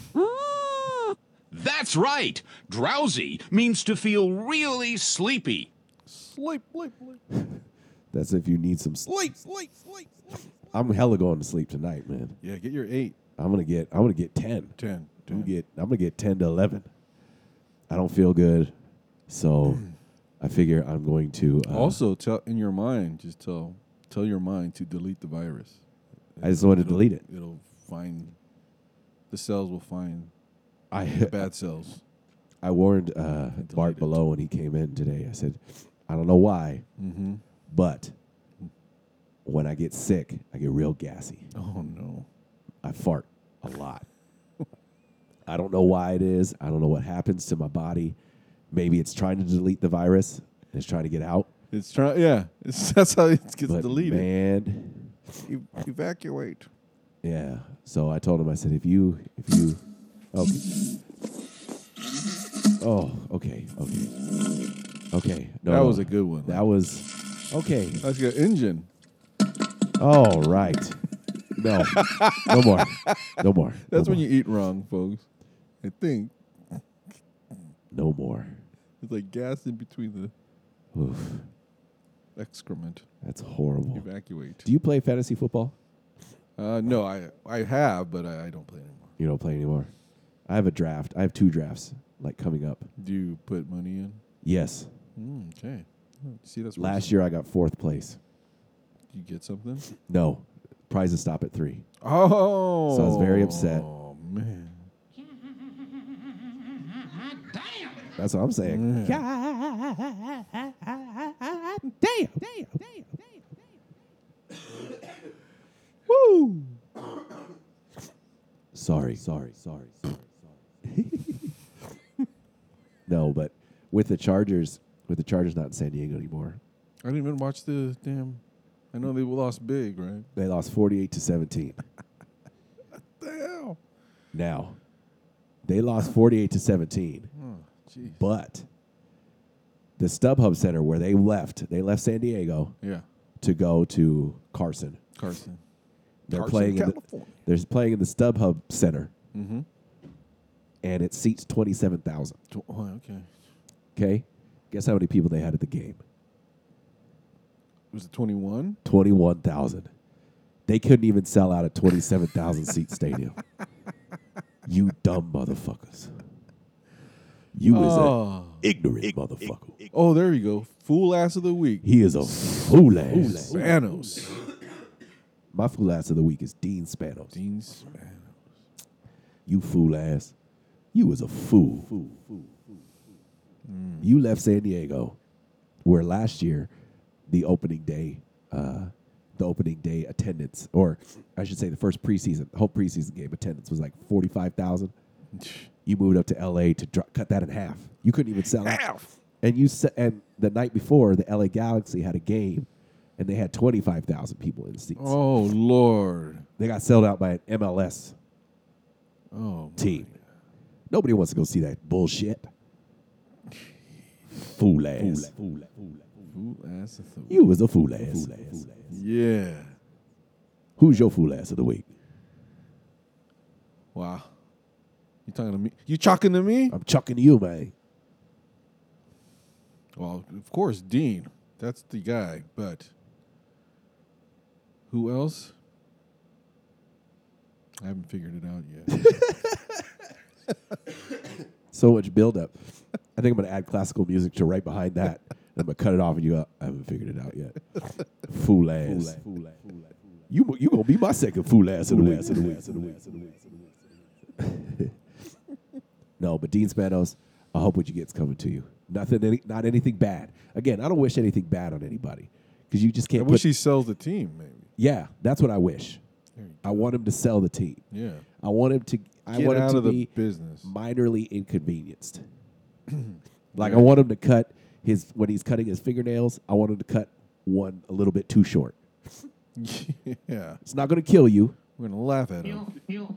[SPEAKER 21] That's right. Drowsy means to feel really sleepy.
[SPEAKER 1] Sleep, sleep, sleep.
[SPEAKER 2] That's if you need some sleep.
[SPEAKER 1] sleep, sleep, sleep.
[SPEAKER 2] I'm hella going to sleep tonight, man.
[SPEAKER 1] Yeah, get your eight.
[SPEAKER 2] I'm gonna get. I'm gonna get ten.
[SPEAKER 1] 10,
[SPEAKER 2] I'm gonna get. I'm gonna get ten to eleven. I don't feel good, so I figure I'm going to. Uh,
[SPEAKER 1] also, tell in your mind, just tell tell your mind to delete the virus.
[SPEAKER 2] I just wanted to
[SPEAKER 1] It'll-
[SPEAKER 2] delete it.
[SPEAKER 1] It'll find the cells will find
[SPEAKER 2] I- *laughs*
[SPEAKER 1] the bad cells.
[SPEAKER 2] I warned uh, Bart below when he came in today. I said, I don't know why,
[SPEAKER 1] Mhm.
[SPEAKER 2] but when I get sick, I get real gassy.
[SPEAKER 1] Oh no!
[SPEAKER 2] I fart a lot. I don't know why it is. I don't know what happens to my body. Maybe it's trying to delete the virus. and It's trying to get out.
[SPEAKER 1] It's trying. Yeah, it's, *laughs* that's how it gets
[SPEAKER 2] But
[SPEAKER 1] deleted.
[SPEAKER 2] man,
[SPEAKER 1] E- evacuate.
[SPEAKER 2] Yeah. So I told him, I said, if you, if you, okay. Oh, okay, okay, okay. No,
[SPEAKER 1] That
[SPEAKER 2] no.
[SPEAKER 1] was a good one.
[SPEAKER 2] That was okay.
[SPEAKER 1] That's your engine.
[SPEAKER 2] All right. No, no more, no more.
[SPEAKER 1] *laughs* That's
[SPEAKER 2] no
[SPEAKER 1] when
[SPEAKER 2] more.
[SPEAKER 1] you eat wrong, folks. I think
[SPEAKER 2] No more.
[SPEAKER 1] it's like gas in between
[SPEAKER 2] Oof,
[SPEAKER 1] the excrement.
[SPEAKER 2] that's horrible.
[SPEAKER 1] Evacuate.
[SPEAKER 2] Do you play fantasy football?
[SPEAKER 1] Uh, no, I I have, but I, I don't play anymore.
[SPEAKER 2] You don't play anymore. I have a draft. I have two drafts like coming up.
[SPEAKER 1] Do you put money in?
[SPEAKER 2] Yes.
[SPEAKER 1] Mm, okay. See, that's where
[SPEAKER 2] Last year I got fourth place.
[SPEAKER 1] You get
[SPEAKER 2] *laughs*
[SPEAKER 1] something?
[SPEAKER 2] No, prizes stop at three.
[SPEAKER 1] Oh.
[SPEAKER 2] So I was very upset.
[SPEAKER 1] Oh man.
[SPEAKER 2] That's what I'm saying.
[SPEAKER 12] Damn, damn, damn.
[SPEAKER 1] Woo!
[SPEAKER 2] Sorry, sorry, sorry, *laughs* sorry, sorry. no, but with the Chargers, With the Chargers not in San Diego anymore.
[SPEAKER 1] I didn't even watch the damn. I know they lost big, right?
[SPEAKER 2] They lost 48 to 17.
[SPEAKER 1] Damn.
[SPEAKER 2] Now, they lost 48 to 17.
[SPEAKER 1] Oh, jeez.
[SPEAKER 2] But the StubHub Center where they left, they left San Diego
[SPEAKER 1] Yeah.
[SPEAKER 2] to go to Carson.
[SPEAKER 1] Carson.
[SPEAKER 2] They're
[SPEAKER 1] Carson,
[SPEAKER 2] playing in the,
[SPEAKER 1] California.
[SPEAKER 2] they're playing in the StubHub Center
[SPEAKER 1] Mm-hmm.
[SPEAKER 2] and it seats 27,000.
[SPEAKER 1] Oh, okay.
[SPEAKER 2] Okay? Guess how many people they had at the game?
[SPEAKER 1] Was it 21?
[SPEAKER 2] 21,000. They couldn't even sell out
[SPEAKER 1] *laughs*
[SPEAKER 2] a 27,000 seat stadium. You dumb motherfuckers. You is
[SPEAKER 1] Oh.
[SPEAKER 2] an ignorant motherfucker.
[SPEAKER 1] Oh, there you go. Fool ass of the week.
[SPEAKER 2] He is a fool ass.
[SPEAKER 1] Spanos.
[SPEAKER 2] My fool ass of the week is Dean Spanos.
[SPEAKER 1] Dean Spanos.
[SPEAKER 2] You fool ass. You was a fool. You left San Diego, where last year the opening day, uh, the opening day attendance, or I should say the first preseason, whole preseason game attendance was like forty five *laughs* thousand. You moved up to L.A. to dr- cut that in half. You couldn't even sell out. And you se- and the night before, the L.A. Galaxy had a game, and they had twenty five thousand people in the seats.
[SPEAKER 1] Oh, Lord.
[SPEAKER 2] They got sold out by an MLS
[SPEAKER 1] Oh,
[SPEAKER 2] team. Nobody wants to go see that bullshit. Fool ass.
[SPEAKER 1] Fool Fool ass of the week.
[SPEAKER 2] You was a fool ass.
[SPEAKER 1] Yeah.
[SPEAKER 2] Who's your fool ass of the week?
[SPEAKER 1] Wow. You talking to me? You talking to me?
[SPEAKER 2] I'm chucking to you, man.
[SPEAKER 1] Well, of course, Dean. That's the guy. But who else? I haven't figured it out yet.
[SPEAKER 2] *laughs* So much buildup. I think I'm gonna add classical music to right behind that. I'm gonna cut it off and you. I haven't figured it out yet. fool ass. You you gonna be my second fool ass of the week. *laughs* No, but Dean Spanos, I hope what you get's coming to you. Nothing, any, not anything bad. Again, I don't wish anything bad on anybody because you just
[SPEAKER 1] I
[SPEAKER 2] can't.
[SPEAKER 1] wish
[SPEAKER 2] put-
[SPEAKER 1] he sells the team, maybe.
[SPEAKER 2] Yeah, that's what I wish.
[SPEAKER 1] There you
[SPEAKER 2] I want him to sell the team.
[SPEAKER 1] Yeah.
[SPEAKER 2] I want him to. I
[SPEAKER 1] Get
[SPEAKER 2] want him
[SPEAKER 1] out
[SPEAKER 2] to
[SPEAKER 1] of the
[SPEAKER 2] be
[SPEAKER 1] business.
[SPEAKER 2] minorly
[SPEAKER 1] *clears throat*
[SPEAKER 2] inconvenienced. like I
[SPEAKER 1] Yeah.
[SPEAKER 2] want him to cut his when he's cutting his fingernails. I want him to cut one a little bit too short.
[SPEAKER 1] *laughs* yeah.
[SPEAKER 2] It's not going to kill you.
[SPEAKER 1] We're going to laugh at him.
[SPEAKER 2] You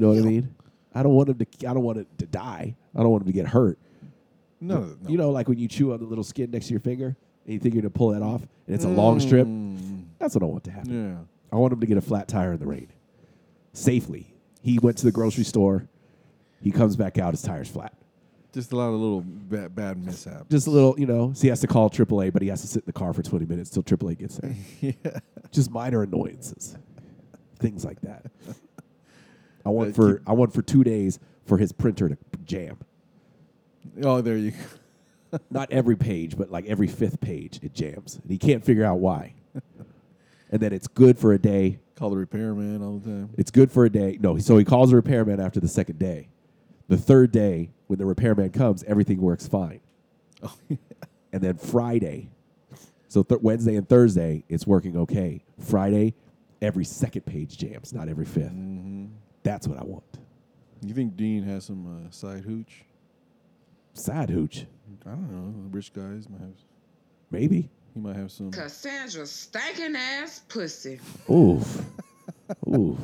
[SPEAKER 2] know what I mean? I don't want him to. I don't want it to die. I don't want him to get hurt.
[SPEAKER 1] No,
[SPEAKER 2] But, You know, like when you chew on the little skin next to your finger and you think you're going to pull that off, and it's a long strip. That's what I want to happen.
[SPEAKER 1] Mm. Yeah.
[SPEAKER 2] I want him to get a flat tire in the rain safely. He went to the grocery store. He comes back out. His tire's flat.
[SPEAKER 1] Just a lot of little bad, bad mishaps.
[SPEAKER 2] Just a little, you know. So he has to call AAA, but he has to sit in the car for 20 minutes till AAA gets there.
[SPEAKER 1] yeah.
[SPEAKER 2] Just minor annoyances, things like that. I want for I want for two days for his printer to jam.
[SPEAKER 1] Oh, there you *laughs* go.
[SPEAKER 2] Not every page, but like every fifth page, it jams, and he can't figure out why. and then it's good for a day.
[SPEAKER 1] Call the repairman all the time.
[SPEAKER 2] It's good for a day. No, so he calls the repairman after the second day. The third day, when the repairman comes, everything works fine. and then Friday, so th- Wednesday and Thursday, it's working okay. Friday, every second page jams, not every 5th That's what I want.
[SPEAKER 1] You think Dean has some uh, side hooch?
[SPEAKER 2] Side hooch,
[SPEAKER 1] I don't know. Rich guys might have.
[SPEAKER 2] maybe.
[SPEAKER 1] He might have some.
[SPEAKER 4] Cassandra stankin' ass pussy.
[SPEAKER 2] Oof. Oof.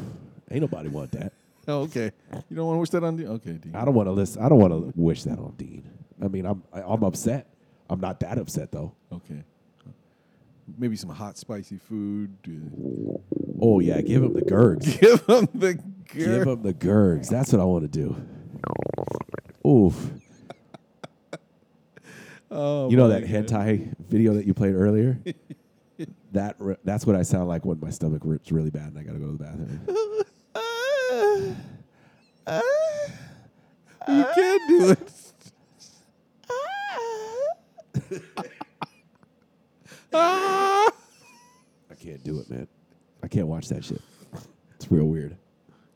[SPEAKER 2] Ain't nobody want that.
[SPEAKER 1] Oh, okay. You don't want to wish that on Dean? Okay, Dean.
[SPEAKER 2] I don't want to listen. I don't want to wish that on Dean. I mean, I'm I, I'm upset. I'm not that upset though.
[SPEAKER 1] Okay. Maybe some hot, spicy food. uh,
[SPEAKER 2] Oh yeah, give him the gurgs.
[SPEAKER 1] *laughs* Give him the
[SPEAKER 2] Give him the gurgs. That's what I want to do. Oof.
[SPEAKER 1] Oh,
[SPEAKER 2] you know
[SPEAKER 1] my
[SPEAKER 2] that
[SPEAKER 1] goodness.
[SPEAKER 2] hentai video that you
[SPEAKER 1] *laughs*
[SPEAKER 2] played earlier? that re- that's what I sound like when my stomach rips really bad and I gotta go to the bathroom.
[SPEAKER 1] You can't do it. Ah!
[SPEAKER 2] I can't do it, man. I can't watch that shit. It's real weird.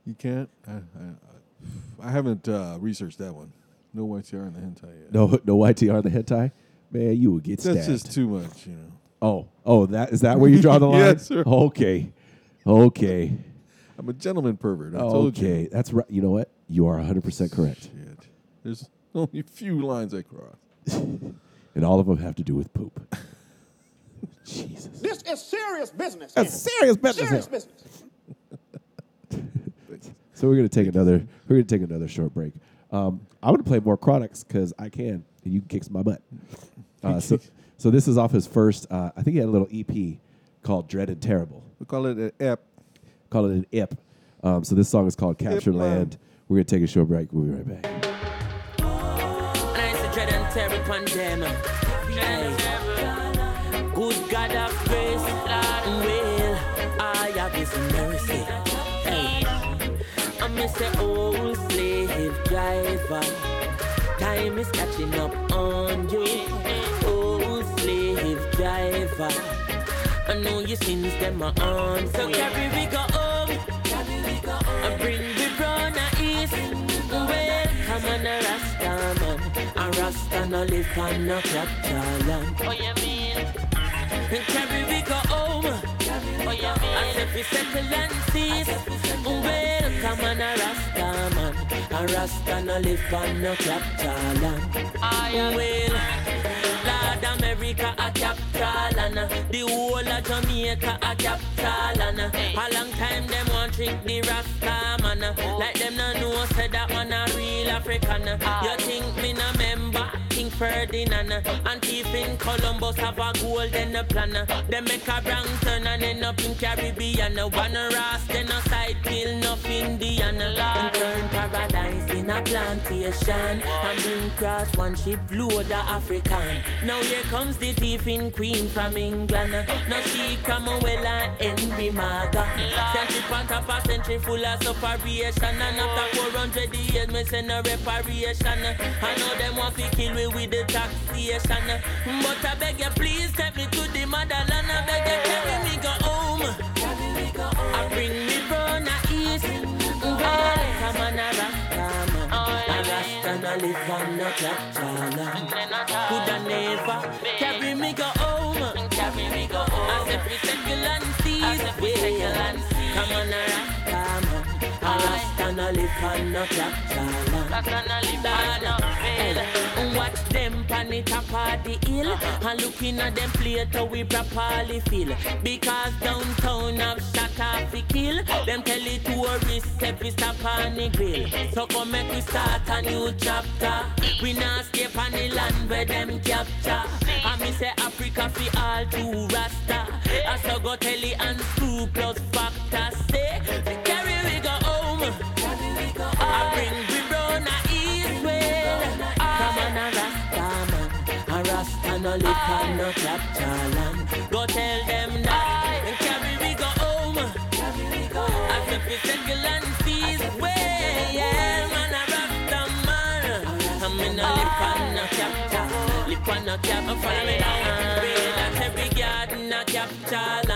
[SPEAKER 1] You can't? I, I, I, I haven't uh, researched that one. No YTR in the hentai yet.
[SPEAKER 2] No no YTR the hentai? Man, you would get
[SPEAKER 1] That's
[SPEAKER 2] stabbed.
[SPEAKER 1] just too much, you know.
[SPEAKER 2] oh, oh, that is that where you
[SPEAKER 1] *laughs*
[SPEAKER 2] draw the line?
[SPEAKER 1] Yes, sir.
[SPEAKER 2] Okay. Okay. Oh,
[SPEAKER 1] I'm a gentleman pervert. I told you.
[SPEAKER 2] okay. That's right. You know what? You are 100% correct.
[SPEAKER 1] There's *laughs* Only a few lines I crossed.
[SPEAKER 2] and all of them have to do with poop. *laughs*
[SPEAKER 22] This is serious business.
[SPEAKER 2] That's
[SPEAKER 22] here.
[SPEAKER 2] serious business
[SPEAKER 22] Serious
[SPEAKER 2] here.
[SPEAKER 22] business.
[SPEAKER 2] So we're gonna take another. We're gonna take another short break. Um, I want to play more products because I can, and you can kick my butt. Uh, so, so this is off his first. Uh, I think he had a little EP called "Dread and Terrible."
[SPEAKER 1] We call it an EP.
[SPEAKER 2] Call it an EP. Um, so this song is called "Capture
[SPEAKER 1] Ip
[SPEAKER 2] Land." We're gonna take a short break. We'll be right back.
[SPEAKER 11] And I said, dread and terror upon them. Aye. Good God of grace, Lord and will, I have His mercy. Hey. I miss the old oh, slave driver. Time is catching up on you, old slave driver. I know your sins them are on, so carry we go home. I bring the brown a east. Welcome on a Rasta man. A Rasta no live on no capital land. Oh, you mean? And carry we go home. Oh, you mean? I said we settle and cease. Welcome on a Rasta man. A Rasta no live on no capital land. I will. Lord America a capital and uh, the whole of Jamaica a capital and uh, a long time them want drink the Rasta man uh, like them no know said that man a real African uh. you think me no member King Ferdinand uh, and Stephen Columbus have a golden uh, plan uh. them make a brown turn and end up in Caribbean uh. one a Rasta then a side kill enough Indian uh. and turn paradise in a plantation and bring cross one she blew the African now here comes the thieving queen from England. Now she come a well and envy maga. Century on top of century full of separation. And after 400 years, me send a reparation. I know them want to kill me with the taxation. But I beg you, please take me to the motherland. I beg you, carry me go home. I bring me from the east. Welcome on a Rasta man. A Rasta no live on no capital land. Coulda never carry me go home. Carry me go home. I said we settle and cease. We settle and cease. Come on, a Rasta man. A Rasta no live on no capital land. Lord, Watch them pan it up at the hill And looking at them plate how we properly feel Because downtown have shot off the kill Them tell the tourists every stop on the grill So come make we start a new chapter We not escape on the land where them capture I me say Africa fi all to Rasta I so go tell the and two plus factor Say, carry we go home I bring we brown a Israel. Come on a Rasta man, a Rasta no live on no capture land. Go tell them that and carry we go home. I said we settle and cease way. Yeah, man a Rasta man, I'm in a live on no capture, live on no capture. Follow me down. Pray that every garden a capture land.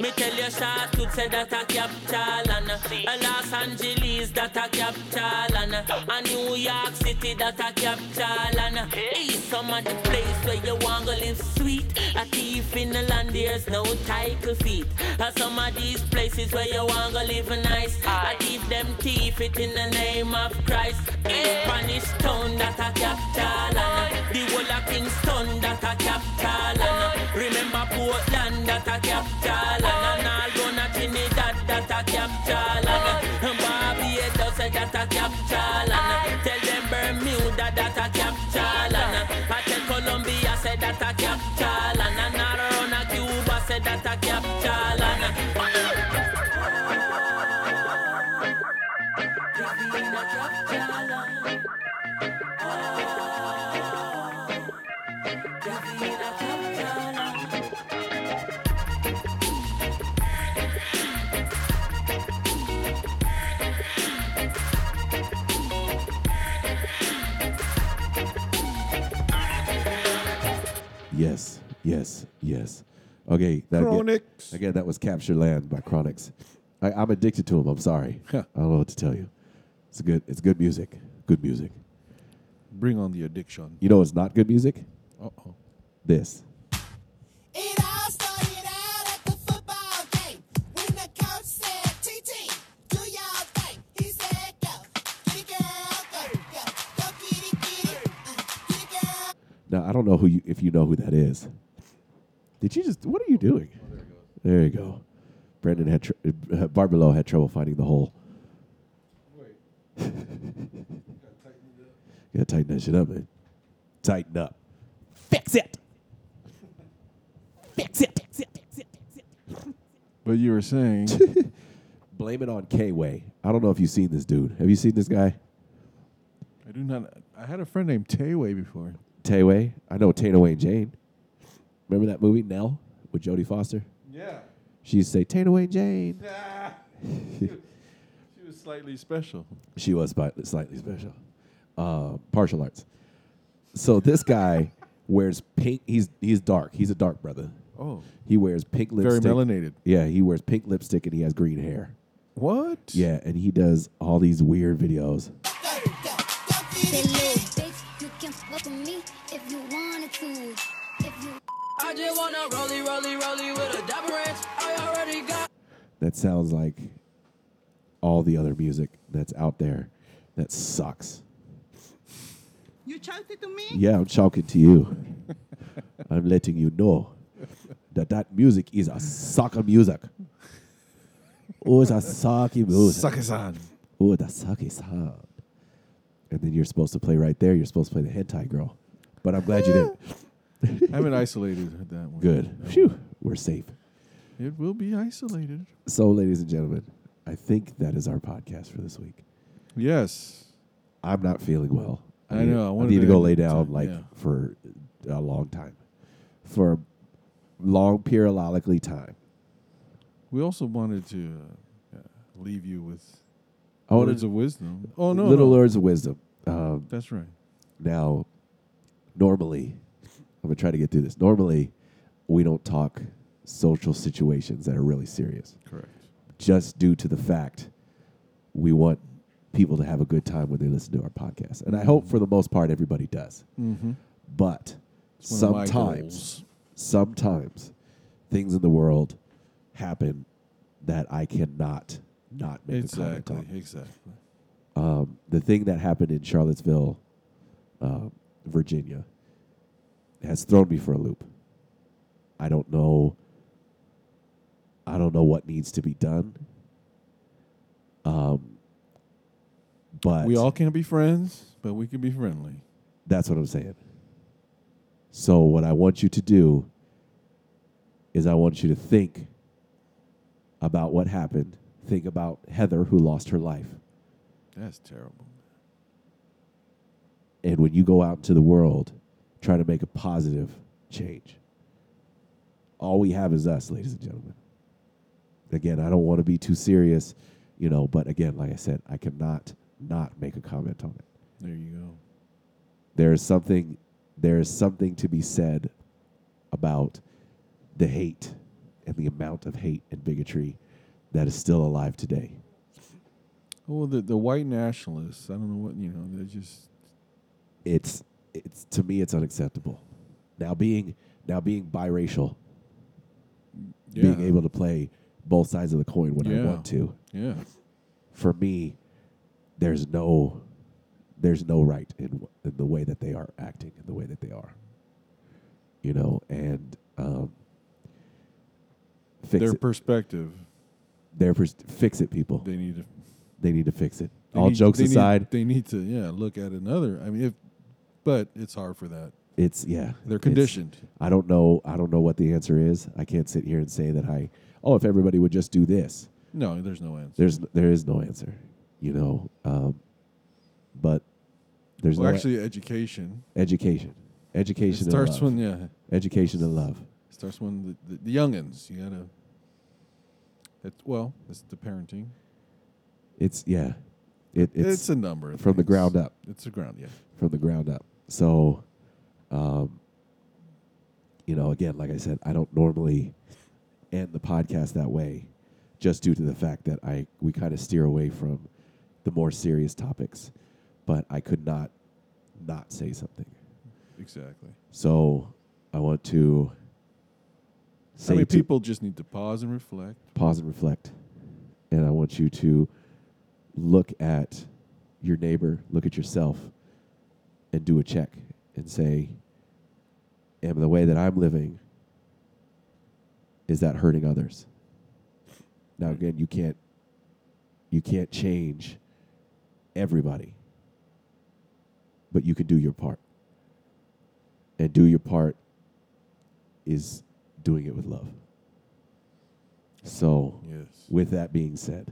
[SPEAKER 11] Me tell you shot could say that a capture land. A Los Angeles that a capture land. A New York City that a capture land. Hey, some of the place where you want to live sweet. A thief in the land, there's no title feet. A some of these places where you want to live nice. I give them thief it in the name of Christ. Hey. Spanish town that a capture land. The whole of Kingston that a capture land. Remember Portland that a capture land. And all gonna Trinidad that a capture land. And Barbados that a capture land. Tell them Bermuda that a capture land. I tell Colombia say that a capture land. And all around Cuba say that a capture land.
[SPEAKER 2] Yes, yes, yes. Okay, that
[SPEAKER 1] Chronix.
[SPEAKER 2] Again, again, that was Capture Land by Chronix. I, I'm addicted to him. I'm sorry. I don't know what to tell you. It's good. It's good music. Good music.
[SPEAKER 1] Bring on the addiction.
[SPEAKER 2] You know, it's not good music.
[SPEAKER 1] Uh oh.
[SPEAKER 2] This.
[SPEAKER 16] Do your thing. He said, go. Kitty girl, go, go. Go kitty kitty.
[SPEAKER 2] Now I don't know who you, if you know who that is. Did you just? What are you doing? there you go. Brandon had tr- uh, Barbelo had trouble finding the hole. *laughs* You gotta tighten that shit up, man. Tighten up. Fix it. Fix it. Fix it. Fix it.
[SPEAKER 1] But you were *laughs* saying,
[SPEAKER 2] Blame it on K Way. I don't know if you've seen this dude. Have you seen this guy?
[SPEAKER 1] I do not. I had a friend named Tayway before.
[SPEAKER 2] Tayway. I know Tana Wayne Jane. Remember that movie Nell with Jodie Foster?
[SPEAKER 1] Yeah. *laughs*
[SPEAKER 2] She used to say Tana Wayne Jane.
[SPEAKER 1] she was slightly special.
[SPEAKER 2] She was bi- slightly special. Uh, partial arts. So
[SPEAKER 1] *laughs*
[SPEAKER 2] this guy wears pink. He's he's dark. He's a dark brother.
[SPEAKER 1] Oh.
[SPEAKER 2] He wears pink
[SPEAKER 1] Very
[SPEAKER 2] lipstick.
[SPEAKER 1] melanated.
[SPEAKER 2] Yeah, he wears pink lipstick and he has green hair.
[SPEAKER 1] What?
[SPEAKER 2] Yeah, and he does all these weird videos.
[SPEAKER 11] I just wanna rollie, rollie, rollie with a dapper ranch. I already got.
[SPEAKER 2] That sounds like all the other music that's out there. That sucks.
[SPEAKER 16] You chunked it to me?
[SPEAKER 2] Yeah, I'm talking
[SPEAKER 1] *laughs*
[SPEAKER 2] to you. I'm letting you know that that music is a sucker music.
[SPEAKER 1] *laughs*
[SPEAKER 2] Oh, it's a sucky music.
[SPEAKER 1] Sucker sound.
[SPEAKER 2] Oh, the sucky sound. And then you're supposed to play right there. You're supposed to play the hentai girl. But I'm glad you
[SPEAKER 1] *laughs* *laughs*
[SPEAKER 2] didn't.
[SPEAKER 1] I haven't isolated that one.
[SPEAKER 2] Good. Phew. We're safe.
[SPEAKER 1] It will be isolated.
[SPEAKER 2] So, ladies and gentlemen, I think that is our podcast for this week.
[SPEAKER 1] Yes.
[SPEAKER 2] I'm not feeling well.
[SPEAKER 1] I
[SPEAKER 2] need-
[SPEAKER 1] know, I
[SPEAKER 2] I
[SPEAKER 1] wanted
[SPEAKER 2] need to
[SPEAKER 1] to-
[SPEAKER 2] go lay down
[SPEAKER 1] to-
[SPEAKER 2] like
[SPEAKER 1] yeah.
[SPEAKER 2] for a long time, for a long periodically time.
[SPEAKER 1] We also wanted to uh, uh, leave you with
[SPEAKER 2] I wanted-
[SPEAKER 1] words of wisdom. Oh no,
[SPEAKER 2] Oh, little
[SPEAKER 1] no.
[SPEAKER 2] words of wisdom. Um,
[SPEAKER 1] That's right.
[SPEAKER 2] Now, normally, I'm gonna try to get through this. Normally, we don't talk social situations that are really serious.
[SPEAKER 1] Correct.
[SPEAKER 2] Just due to the fact we want people to have a good time when they listen to our podcast, and I hope for the most part everybody does.
[SPEAKER 1] Mhm.
[SPEAKER 2] But
[SPEAKER 1] It's one of my
[SPEAKER 2] sometimes, sometimes things in the world happen that I cannot not make a comment
[SPEAKER 1] Exactly.
[SPEAKER 2] on
[SPEAKER 1] Exactly.
[SPEAKER 2] um, the thing that happened in Charlottesville, uh, Virginia, has thrown me for a loop. I don't know. I don't know what needs to be done. Um, but
[SPEAKER 1] we all can't be friends, but we can be friendly.
[SPEAKER 2] that's what I'm saying. So what I want you to do is I want you to think about what happened. Think about Heather who lost her life.
[SPEAKER 1] That's terrible.
[SPEAKER 2] and when you go out into the world, try to make a positive change. All we have is us, ladies and gentlemen. Again, I don't want to be too serious, you know, but again, like I said, I cannot not make a comment on it.
[SPEAKER 1] There you go.
[SPEAKER 2] There is something there is something to be said about the hate and the amount of hate and bigotry that is still alive today.
[SPEAKER 1] Well, the the white nationalists. I don't know what you know. They're just
[SPEAKER 2] it's it's to me it's unacceptable. Now being now being biracial, being
[SPEAKER 1] Yeah.
[SPEAKER 2] able to play both sides of the coin when I
[SPEAKER 1] Yeah.
[SPEAKER 2] want to.
[SPEAKER 1] Yeah.
[SPEAKER 2] For me, there's no there's no right in, w- in the way that they are acting in the way that they are. You know, and um, fix
[SPEAKER 1] their
[SPEAKER 2] it.
[SPEAKER 1] perspective.
[SPEAKER 2] Their pers- fix it, people.
[SPEAKER 1] They need to.
[SPEAKER 2] They need to fix it.
[SPEAKER 1] They
[SPEAKER 2] All
[SPEAKER 1] need-
[SPEAKER 2] jokes
[SPEAKER 1] they need-
[SPEAKER 2] aside,
[SPEAKER 1] they need to yeah look at another. I mean, if but it's hard for that.
[SPEAKER 2] It's yeah.
[SPEAKER 1] They're
[SPEAKER 2] it's-
[SPEAKER 1] conditioned.
[SPEAKER 2] I don't know. I don't know what the answer is. I can't sit here and say that I. Oh, if everybody would just do this.
[SPEAKER 1] No, there's no answer.
[SPEAKER 2] There's there is no answer. You know. Um, but there's
[SPEAKER 1] well,
[SPEAKER 2] no
[SPEAKER 1] actually education
[SPEAKER 2] education. Education
[SPEAKER 1] It starts
[SPEAKER 2] and love.
[SPEAKER 1] when, yeah.
[SPEAKER 2] Education and love.
[SPEAKER 1] starts when the, the, the youngins. You gotta. It, well, it's the parenting.
[SPEAKER 2] It's yeah. It, it's,
[SPEAKER 1] It's a number of
[SPEAKER 2] from the
[SPEAKER 1] things.
[SPEAKER 2] ground up.
[SPEAKER 1] It's a ground- yeah.
[SPEAKER 2] From the ground up. So, um, you know, again, like I said, I don't normally end the podcast that way, just due to the fact that I we kind of steer away from the more serious topics. But I could not not say something.
[SPEAKER 1] Exactly.
[SPEAKER 2] So I want to
[SPEAKER 1] I mean,
[SPEAKER 2] to-
[SPEAKER 1] people just need to pause and reflect.
[SPEAKER 2] pause and reflect. And I want you to look at your neighbor, look at yourself, and do a check and say, am the way that I'm living, is that hurting others? Now again, you can't you can't change everybody. But you can do your part. And do your part is doing it with love. So, with that being said,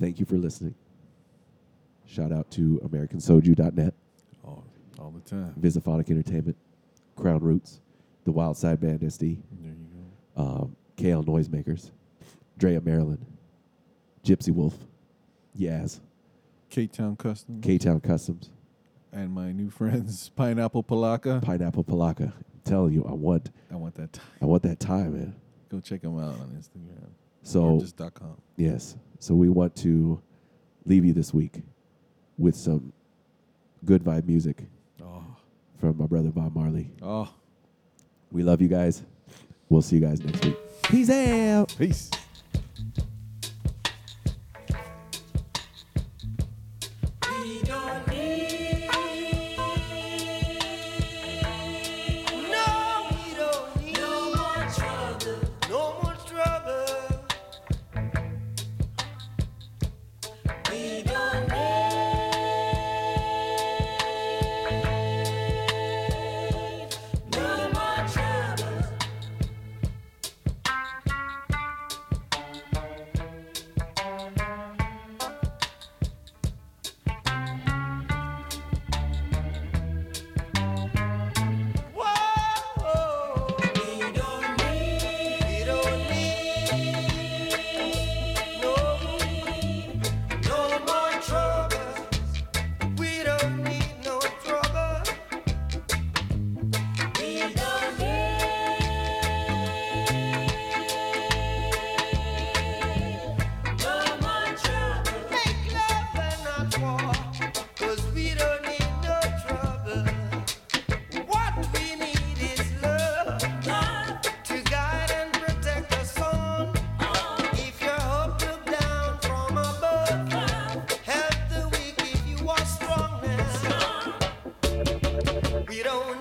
[SPEAKER 2] thank you for listening. Shout out to AmericanSoju.net.
[SPEAKER 1] All, all the time.
[SPEAKER 2] Visaphonic Entertainment, Crown Roots, The Wild Side Band SD,
[SPEAKER 1] There you
[SPEAKER 2] um, KL Noisemakers, Drea Maryland, Gypsy Wolf, Yaz,
[SPEAKER 1] K Town Customs.
[SPEAKER 2] K Town Customs,
[SPEAKER 1] And my new friends, *laughs* Pineapple Palaka.
[SPEAKER 2] Pineapple Palaka. I'm telling you, I want,
[SPEAKER 1] I want that. Time.
[SPEAKER 2] I want that time, man.
[SPEAKER 1] Go check them out on Instagram.
[SPEAKER 2] So
[SPEAKER 1] Artist.com.
[SPEAKER 2] Yes. So we want to leave you this week with some good vibe music from my brother Bob Marley.
[SPEAKER 1] Oh.
[SPEAKER 2] We love you guys. We'll see you guys next week. Peace out.
[SPEAKER 1] Peace.
[SPEAKER 11] We don't need. No, we don't need. No more trouble. No more trouble. We don't need. No more trouble. Thank Oh,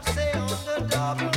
[SPEAKER 11] Oh, Oh, Oh,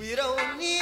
[SPEAKER 11] We don't need